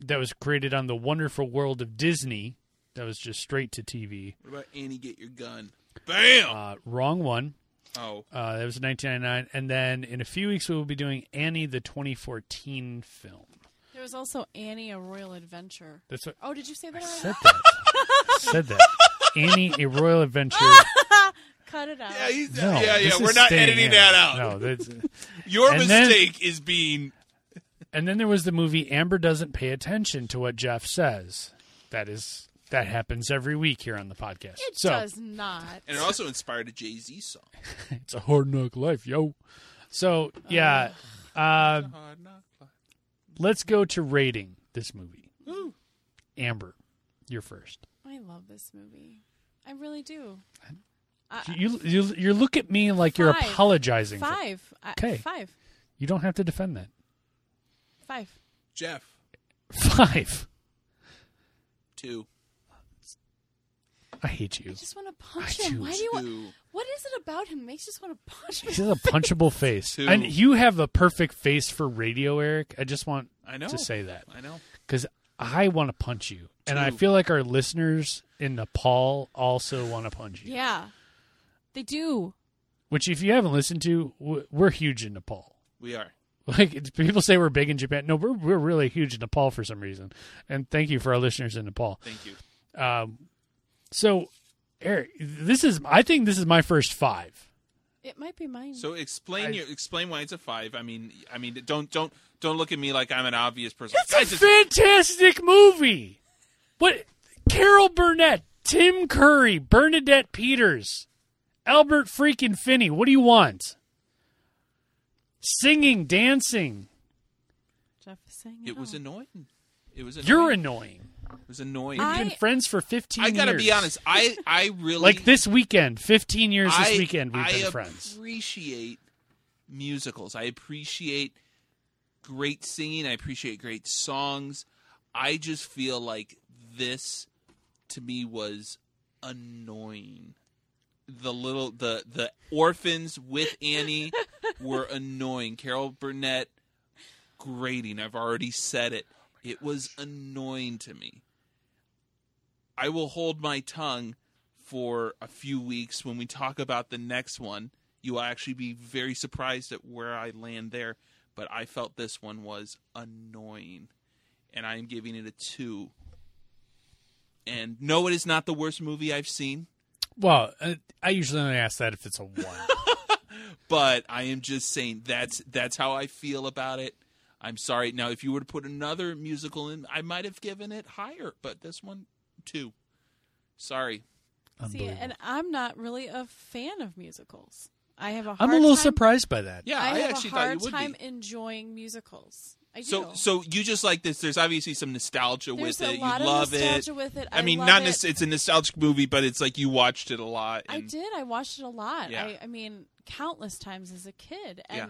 Speaker 1: that was created on The Wonderful World of Disney. That was just straight to TV.
Speaker 3: What about Annie? Get your gun. Bam.
Speaker 1: Uh, wrong one.
Speaker 3: oh,
Speaker 1: Uh, that was 1999. And then in a few weeks, we will be doing Annie, the 2014 film.
Speaker 2: There was also Annie, a Royal Adventure.
Speaker 1: That's what
Speaker 2: Oh, did you say that?
Speaker 1: I
Speaker 2: already?
Speaker 1: said that. said that. Annie, a Royal Adventure.
Speaker 2: Cut it out.
Speaker 3: yeah, he's,
Speaker 1: No,
Speaker 3: yeah, yeah.
Speaker 1: this
Speaker 3: We're
Speaker 1: is
Speaker 3: not
Speaker 1: staying
Speaker 3: editing
Speaker 1: in.
Speaker 3: that out.
Speaker 1: No, that's,
Speaker 3: Your
Speaker 1: And then-
Speaker 3: mistake is being
Speaker 1: And then there was the movie Amber doesn't pay attention to what Jeff says. That is that happens every week here on the podcast.
Speaker 2: it
Speaker 1: so
Speaker 2: does not.
Speaker 3: And it also inspired a Jay Z song.
Speaker 1: it's a hard knock life, yo. So yeah, uh,
Speaker 3: Hard knock life.
Speaker 1: let's go to rating this movie. Amber, you're first.
Speaker 2: I love this movie. I really do.
Speaker 1: You you, you look at me like you you're
Speaker 2: Five.
Speaker 1: apologizing. for-
Speaker 2: Five. I-
Speaker 1: Okay.
Speaker 2: Five.
Speaker 1: you don't have to defend that.
Speaker 2: Five.
Speaker 3: Jeff,
Speaker 1: Five.
Speaker 3: two,
Speaker 1: I hate
Speaker 2: I
Speaker 1: you.
Speaker 2: just want to
Speaker 1: I
Speaker 2: punch him. Why
Speaker 1: choose
Speaker 2: do you want?
Speaker 3: two.
Speaker 2: What is it about him makes you just want to punch
Speaker 1: He's
Speaker 2: him?
Speaker 1: a punchable face,
Speaker 3: Two.
Speaker 1: and you have a perfect face for radio, Eric. I just want
Speaker 3: I know.
Speaker 1: to say that.
Speaker 3: I know.
Speaker 1: because I want to punch you, and I
Speaker 3: Two.
Speaker 1: feel like our listeners in Nepal also want to punch you.
Speaker 2: Yeah, they do.
Speaker 1: Which, if you haven't listened to, w- we're huge in Nepal.
Speaker 3: We are.
Speaker 1: Like it's- people say, we're big in Japan. No, we're we're really huge in Nepal for some reason. And thank you for our listeners in Nepal.
Speaker 3: Thank you.
Speaker 1: Um, so, Eric, this is I think this is my first five.
Speaker 2: It might be mine.
Speaker 3: So explain
Speaker 1: I-
Speaker 3: your explain why it's a five. I mean, I mean, don't don't don't look at me like I'm an obvious person.
Speaker 1: It's
Speaker 3: I
Speaker 1: a
Speaker 3: just
Speaker 1: fantastic movie. What? Carol Burnett, Tim Curry, Bernadette Peters, Albert freaking Finney. What do you want? Singing, dancing.
Speaker 2: Jeff is saying
Speaker 3: it was
Speaker 2: all.
Speaker 3: annoying. It was annoying.
Speaker 1: You're annoying.
Speaker 3: It was annoying.
Speaker 1: We've
Speaker 2: I-
Speaker 1: been friends for 15
Speaker 3: I
Speaker 1: years.
Speaker 3: gotta be honest. I I really
Speaker 1: Like this weekend, 15 years
Speaker 3: I,
Speaker 1: this weekend, we've
Speaker 3: I
Speaker 1: been friends.
Speaker 3: appreciate musicals. I appreciate great singing. I appreciate great songs. I just feel like this to me was annoying. The little the the orphans with Annie were annoying. Carol Burnett grating. I've already said it. It was annoying to me. I will hold my tongue for a few weeks when we talk about the next one. You will actually be very surprised at where I land there, but I felt this one was annoying. And I am giving it a two. And no, it is not the worst movie I've seen,
Speaker 1: Well, uh, I usually only ask that if it's a one.
Speaker 3: but I am just saying that's that's how I feel about it. I'm sorry. Now, if you were to put another musical in, I might have given it higher, but this one, two. Sorry.
Speaker 2: See, and I'm not really a fan of musicals. I have a. Hard
Speaker 1: I'm a little
Speaker 2: time,
Speaker 1: surprised by that.
Speaker 3: Yeah,
Speaker 2: I,
Speaker 3: I,
Speaker 2: have
Speaker 3: actually
Speaker 2: a
Speaker 3: thought
Speaker 2: hard
Speaker 3: you would
Speaker 2: time
Speaker 3: be.
Speaker 2: enjoying musicals. I do.
Speaker 3: So, so you just like this. There's obviously some nostalgia
Speaker 2: There's
Speaker 3: with
Speaker 2: a
Speaker 3: it.
Speaker 2: lot
Speaker 3: you
Speaker 2: of
Speaker 3: love
Speaker 2: nostalgia
Speaker 3: it.
Speaker 2: with it.
Speaker 3: I,
Speaker 2: I
Speaker 3: mean,
Speaker 2: love
Speaker 3: not
Speaker 2: it.
Speaker 3: nec- it's a nostalgic movie, but it's like you watched it a lot.
Speaker 2: I
Speaker 3: and-
Speaker 2: did. I watched it a lot.
Speaker 3: Yeah.
Speaker 2: I, I mean, countless times as a kid. And
Speaker 3: Yeah.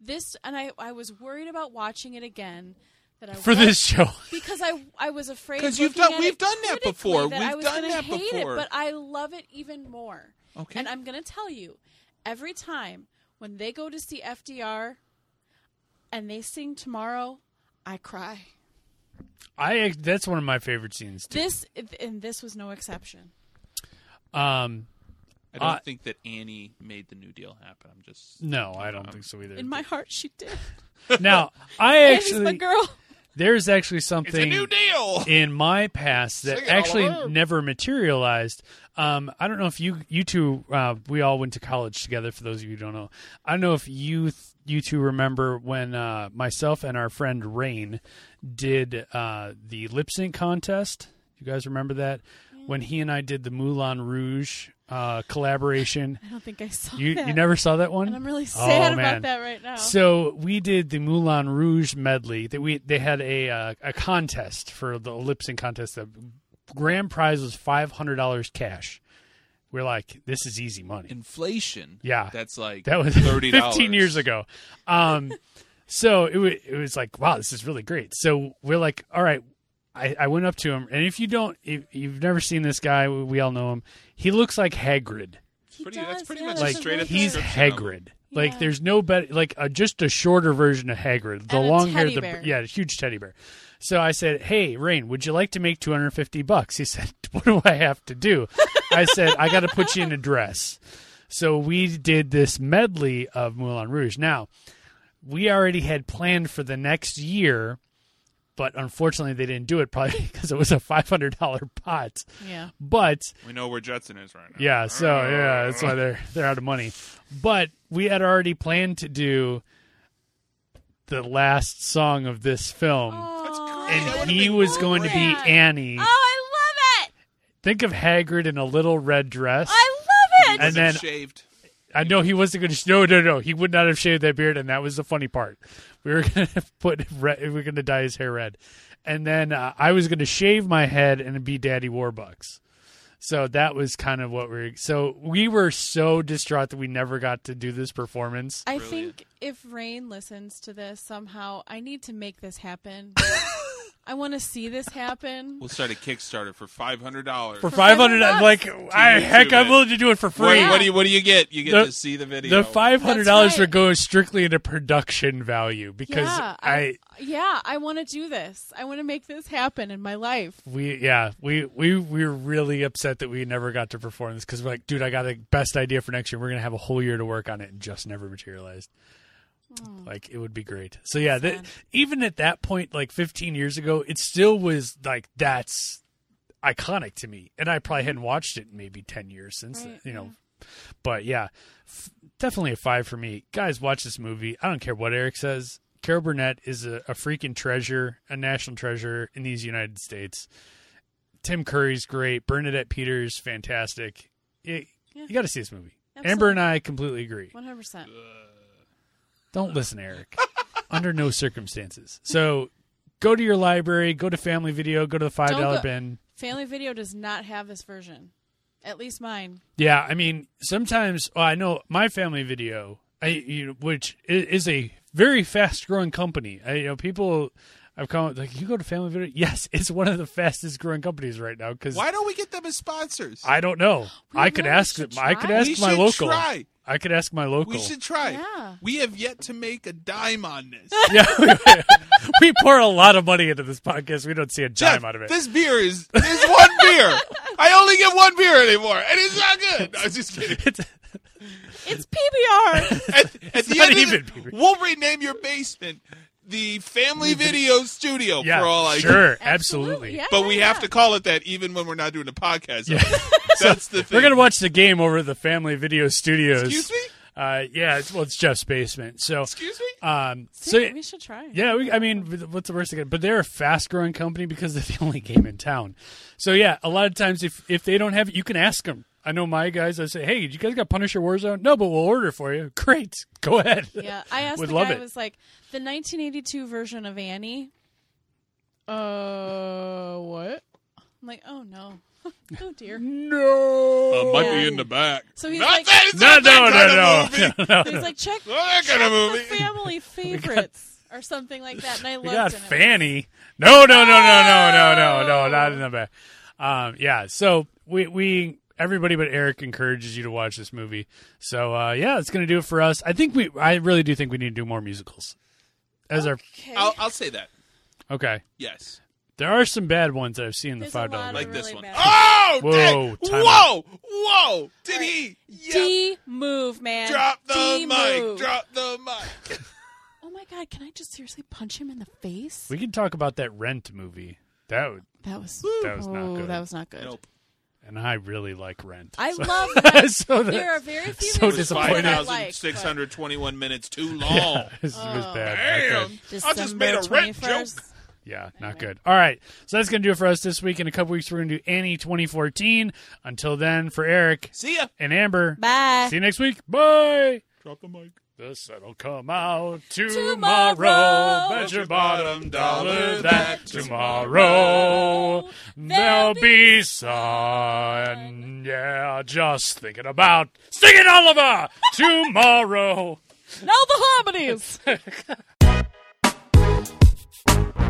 Speaker 2: this, and I, I was worried about watching it again. That I
Speaker 1: For
Speaker 2: was-
Speaker 1: this show.
Speaker 2: because I, I was afraid
Speaker 3: 'Cause you've
Speaker 2: looking
Speaker 3: done-
Speaker 2: at it
Speaker 3: we've done that
Speaker 2: critically
Speaker 3: before.
Speaker 2: That
Speaker 3: We've
Speaker 2: I was
Speaker 3: done
Speaker 2: gonna
Speaker 3: that
Speaker 2: hate
Speaker 3: before.
Speaker 2: It, but I love it even more.
Speaker 3: Okay.
Speaker 2: And I'm gonna tell you, every time when they go to see FDR, and they sing tomorrow, I cry.
Speaker 1: I that's one of my favorite scenes too.
Speaker 2: This and this was no exception.
Speaker 1: Um,
Speaker 3: I don't
Speaker 1: Uh,
Speaker 3: think that Annie made the New Deal happen. I'm just
Speaker 1: no, I don't think so either.
Speaker 2: In my heart, she did.
Speaker 1: now, I
Speaker 2: and it's the
Speaker 1: actually
Speaker 2: girl.
Speaker 1: there's actually something
Speaker 3: it's a New Deal.
Speaker 1: in my past that
Speaker 3: Sing it,
Speaker 1: actually
Speaker 3: Oliver.
Speaker 1: never materialized. Um, I don't know if you you two uh, we all went to college together. For those of you who don't know, I don't know if you th- you two remember when uh, myself and our friend Rain did uh, the lip sync contest. You guys remember that when he and I did the Moulin Rouge uh, collaboration.
Speaker 2: I don't think I saw
Speaker 1: You
Speaker 2: that.
Speaker 1: you never saw that one,
Speaker 2: And I'm really
Speaker 1: Oh,
Speaker 2: sad
Speaker 1: man.
Speaker 2: about that right now.
Speaker 1: So we did the Moulin Rouge medley. That we they had a uh, a contest for the lip sync contest. The grand prize was five hundred dollars cash. We're like, this is easy money.
Speaker 3: Inflation.
Speaker 1: Yeah.
Speaker 3: that's like
Speaker 1: That was
Speaker 3: thirty
Speaker 1: 15 years ago. Um, so it, wa it was like, wow, this is really great. So we're like, all right, I, I went up to him, and if you don't, if you've never seen this guy, we, we all know him. He looks like Hagrid.
Speaker 2: He
Speaker 3: Pretty-
Speaker 2: does,
Speaker 3: that's pretty
Speaker 2: yeah,
Speaker 3: much
Speaker 2: that's
Speaker 1: Like
Speaker 2: a
Speaker 3: straight
Speaker 2: really
Speaker 3: up
Speaker 1: he's
Speaker 2: good-
Speaker 3: description of him.
Speaker 1: Hagrid. Like
Speaker 2: Yeah.
Speaker 1: there's no better. Like a, just a shorter version of Hagrid. The
Speaker 2: And a
Speaker 1: long hair,
Speaker 2: teddy
Speaker 1: the
Speaker 2: bear.
Speaker 1: yeah, a huge teddy bear. So I said, "Hey, Rain, would you like to make 250 bucks?" He said, "What do I have to do?" I said, "I got to put you in a dress." So we did this medley of Moulin Rouge. Now, we already had planned for the next year, but unfortunately they didn't do it probably because it was a $500 pot.
Speaker 2: yeah.
Speaker 1: But
Speaker 3: We know where Jetson is right now.
Speaker 1: yeah, so yeah, that's why they're they're out of money. But we had already planned to do the last song of this film,
Speaker 3: That's
Speaker 2: Aw,
Speaker 3: great. Oh, That
Speaker 1: and
Speaker 3: would've
Speaker 1: he
Speaker 3: been
Speaker 1: was going to
Speaker 2: great.
Speaker 1: be Annie.
Speaker 2: Oh, I love it!
Speaker 1: Think of Hagrid in a little red dress.
Speaker 2: I love it!
Speaker 1: And
Speaker 3: Would've
Speaker 1: then-
Speaker 3: shaved.
Speaker 1: I know he wasn't going to. No, no, no. He would not have shaved that beard, and that was the funny part. We were going to put red. We were going to dye his hair red, and then uh, I was going to shave my head and be Daddy Warbucks. So that was kind of what we. Were, so we were so distraught that we never got to do this performance.
Speaker 2: I
Speaker 3: Brilliant.
Speaker 2: think if Rain listens to this somehow, I need to make this happen. I want to see this happen.
Speaker 3: We'll start a Kickstarter for five hundred dollars.
Speaker 1: For five hundred, I'm like, I,
Speaker 3: YouTube
Speaker 1: heck, I'm
Speaker 3: it.
Speaker 1: willing to do it for
Speaker 3: What,
Speaker 1: free.
Speaker 2: Yeah.
Speaker 3: what do you What do you get? You get
Speaker 1: The-
Speaker 3: to see the video.
Speaker 1: The five hundred dollars
Speaker 2: That's
Speaker 1: would
Speaker 2: right.
Speaker 1: go strictly into production value because
Speaker 2: yeah,
Speaker 1: I
Speaker 2: yeah, I want to do this. I want to make this happen in my life.
Speaker 1: we yeah we we we were really upset that we never got to perform this because we're like dude i got the best idea for next year we're gonna have a whole year to work on it and just never materialized like it would be great so yeah that,
Speaker 2: Hmm. Sad.
Speaker 1: even at that point like 15 years ago it still was like that's iconic to me and i probably hadn't watched it in maybe 10 years since
Speaker 2: Mm-hmm. Right,
Speaker 1: you know but yeah f- definitely a five for me guys watch this movie i don't care what eric says carol burnett is a, a freaking treasure a national treasure in these united states tim curry's great bernadette peters fantastic It-
Speaker 2: Yeah.
Speaker 1: you got to see this movie
Speaker 2: Absolutely.
Speaker 1: amber and i completely agree
Speaker 2: One hundred percent. uh,
Speaker 1: don't listen, to Eric. Under no circumstances. So go to your library, go to Family Video, go to the five dollar
Speaker 2: go-
Speaker 1: bin.
Speaker 2: Family Video does not have this version. At least mine.
Speaker 1: Yeah, I mean, sometimes well, I know my Family Video, I you know, which i- is a very fast growing company. I, you know, people. I've come like you go to Family Video. Yes, it's one of the fastest growing companies right now because
Speaker 3: Why don't we get them as sponsors?
Speaker 1: I don't know.
Speaker 2: We
Speaker 1: I could
Speaker 2: really
Speaker 1: ask.
Speaker 2: should
Speaker 1: I could
Speaker 2: try.
Speaker 1: ask
Speaker 3: We
Speaker 1: my
Speaker 3: should
Speaker 1: local.
Speaker 3: try.
Speaker 1: I could ask my local.
Speaker 3: we should try.
Speaker 2: Yeah.
Speaker 3: We have yet to make a dime on this.
Speaker 1: Yeah, we pour a lot of money into this podcast. We don't see a dime
Speaker 3: Jeff,
Speaker 1: out of it.
Speaker 3: This beer is is one beer. I only get one beer anymore, and it's not good. I was just kidding.
Speaker 1: It's-
Speaker 2: It's PBR.
Speaker 3: At, at the
Speaker 1: not
Speaker 3: end,
Speaker 1: even
Speaker 3: of
Speaker 1: beer.
Speaker 3: the, we'll rename your basement the Family Video Studio
Speaker 1: Yeah,
Speaker 3: for all I care.
Speaker 1: sure, absolutely.
Speaker 2: Yeah,
Speaker 3: But
Speaker 2: yeah,
Speaker 3: we
Speaker 2: yeah.
Speaker 3: have to call it that, even when we're not doing a podcast. That's the thing.
Speaker 1: We're gonna watch the game over at the Family Video Studios.
Speaker 3: Excuse me.
Speaker 1: Uh, yeah, it's, well, it's Jeff's basement. So,
Speaker 3: Excuse me.
Speaker 1: um, so
Speaker 2: See, we should try.
Speaker 1: yeah, we, I mean, what's the worst again? But they're a fast-growing company because they're the only game in town. So yeah, a lot of times if if they don't have it, you can ask them. I know my guys. I say, hey, you guys got Punisher Warzone? No, but we'll order for you. Great, go ahead.
Speaker 2: Yeah, I asked
Speaker 1: Would
Speaker 2: the
Speaker 1: love
Speaker 2: guy.
Speaker 1: it.
Speaker 2: I was like, the 1982 version of Annie. Uh, what? I'm like, oh no, oh dear.
Speaker 1: No,
Speaker 2: might be Yeah. in
Speaker 3: the back.
Speaker 2: So he's
Speaker 3: not
Speaker 2: like,
Speaker 3: that, it's
Speaker 1: no,
Speaker 3: Uh, not
Speaker 1: no, no,
Speaker 3: that kind of movie.
Speaker 1: no, no.
Speaker 2: he's like, check,
Speaker 3: Not that
Speaker 2: check
Speaker 3: kind of
Speaker 2: the
Speaker 3: movie.
Speaker 2: family favorites or something like that. And I
Speaker 1: We
Speaker 2: loved
Speaker 1: got
Speaker 2: it.
Speaker 1: Fanny. No, no, no, no, no, no, no, no, not
Speaker 2: Oh!
Speaker 1: in the back. Um, yeah. So we we everybody but Eric encourages you to watch this movie. So uh, yeah, it's gonna do it for us. I think we I really do think we need to do more musicals. As
Speaker 2: Okay.
Speaker 3: I'll, I'll say that.
Speaker 1: our okay,
Speaker 3: Yes.
Speaker 1: there are some bad ones that I've seen in the
Speaker 2: There's a
Speaker 1: five
Speaker 2: lot
Speaker 1: dollar.
Speaker 2: of-
Speaker 3: Like
Speaker 2: really
Speaker 3: this one.
Speaker 2: bad.
Speaker 3: Oh,
Speaker 1: Whoa,
Speaker 3: dang.
Speaker 1: time
Speaker 3: whoa, whoa! Did he? Yep.
Speaker 2: D move, man.
Speaker 3: Drop the
Speaker 2: D
Speaker 3: mic.
Speaker 2: Move.
Speaker 3: Drop the mic.
Speaker 2: Oh my god, can I just seriously punch him in the face?
Speaker 1: We can talk about that Rent movie. That would,
Speaker 2: That was
Speaker 1: That was not
Speaker 2: oh,
Speaker 1: good.
Speaker 2: That was not good.
Speaker 3: nope.
Speaker 1: and I really like Rent.
Speaker 2: I
Speaker 1: So-
Speaker 2: love that.
Speaker 1: so that-
Speaker 2: there are very few
Speaker 1: so
Speaker 2: movies
Speaker 3: It was
Speaker 1: disappointed.
Speaker 2: that I like, but-
Speaker 3: 5,621 minutes too long.
Speaker 1: This was
Speaker 2: Oh.
Speaker 1: bad.
Speaker 3: Damn.
Speaker 1: Okay.
Speaker 3: I just made a rent joke.
Speaker 1: Yeah, not good. All right. So that's going to do it for us this week. In a couple weeks, we're going to do Annie 2014. Until then, for Eric
Speaker 3: See ya.
Speaker 1: and Amber,
Speaker 2: Bye.
Speaker 1: see you next week. Bye.
Speaker 3: Drop the mic.
Speaker 1: The sun'll come out tomorrow.
Speaker 2: Tomorrow.
Speaker 1: Bet your bottom dollar that tomorrow
Speaker 2: tomorrow
Speaker 1: there'll
Speaker 2: there'll
Speaker 1: be sun. Yeah, just thinking about singing Oliver tomorrow.
Speaker 2: Now the harmonies.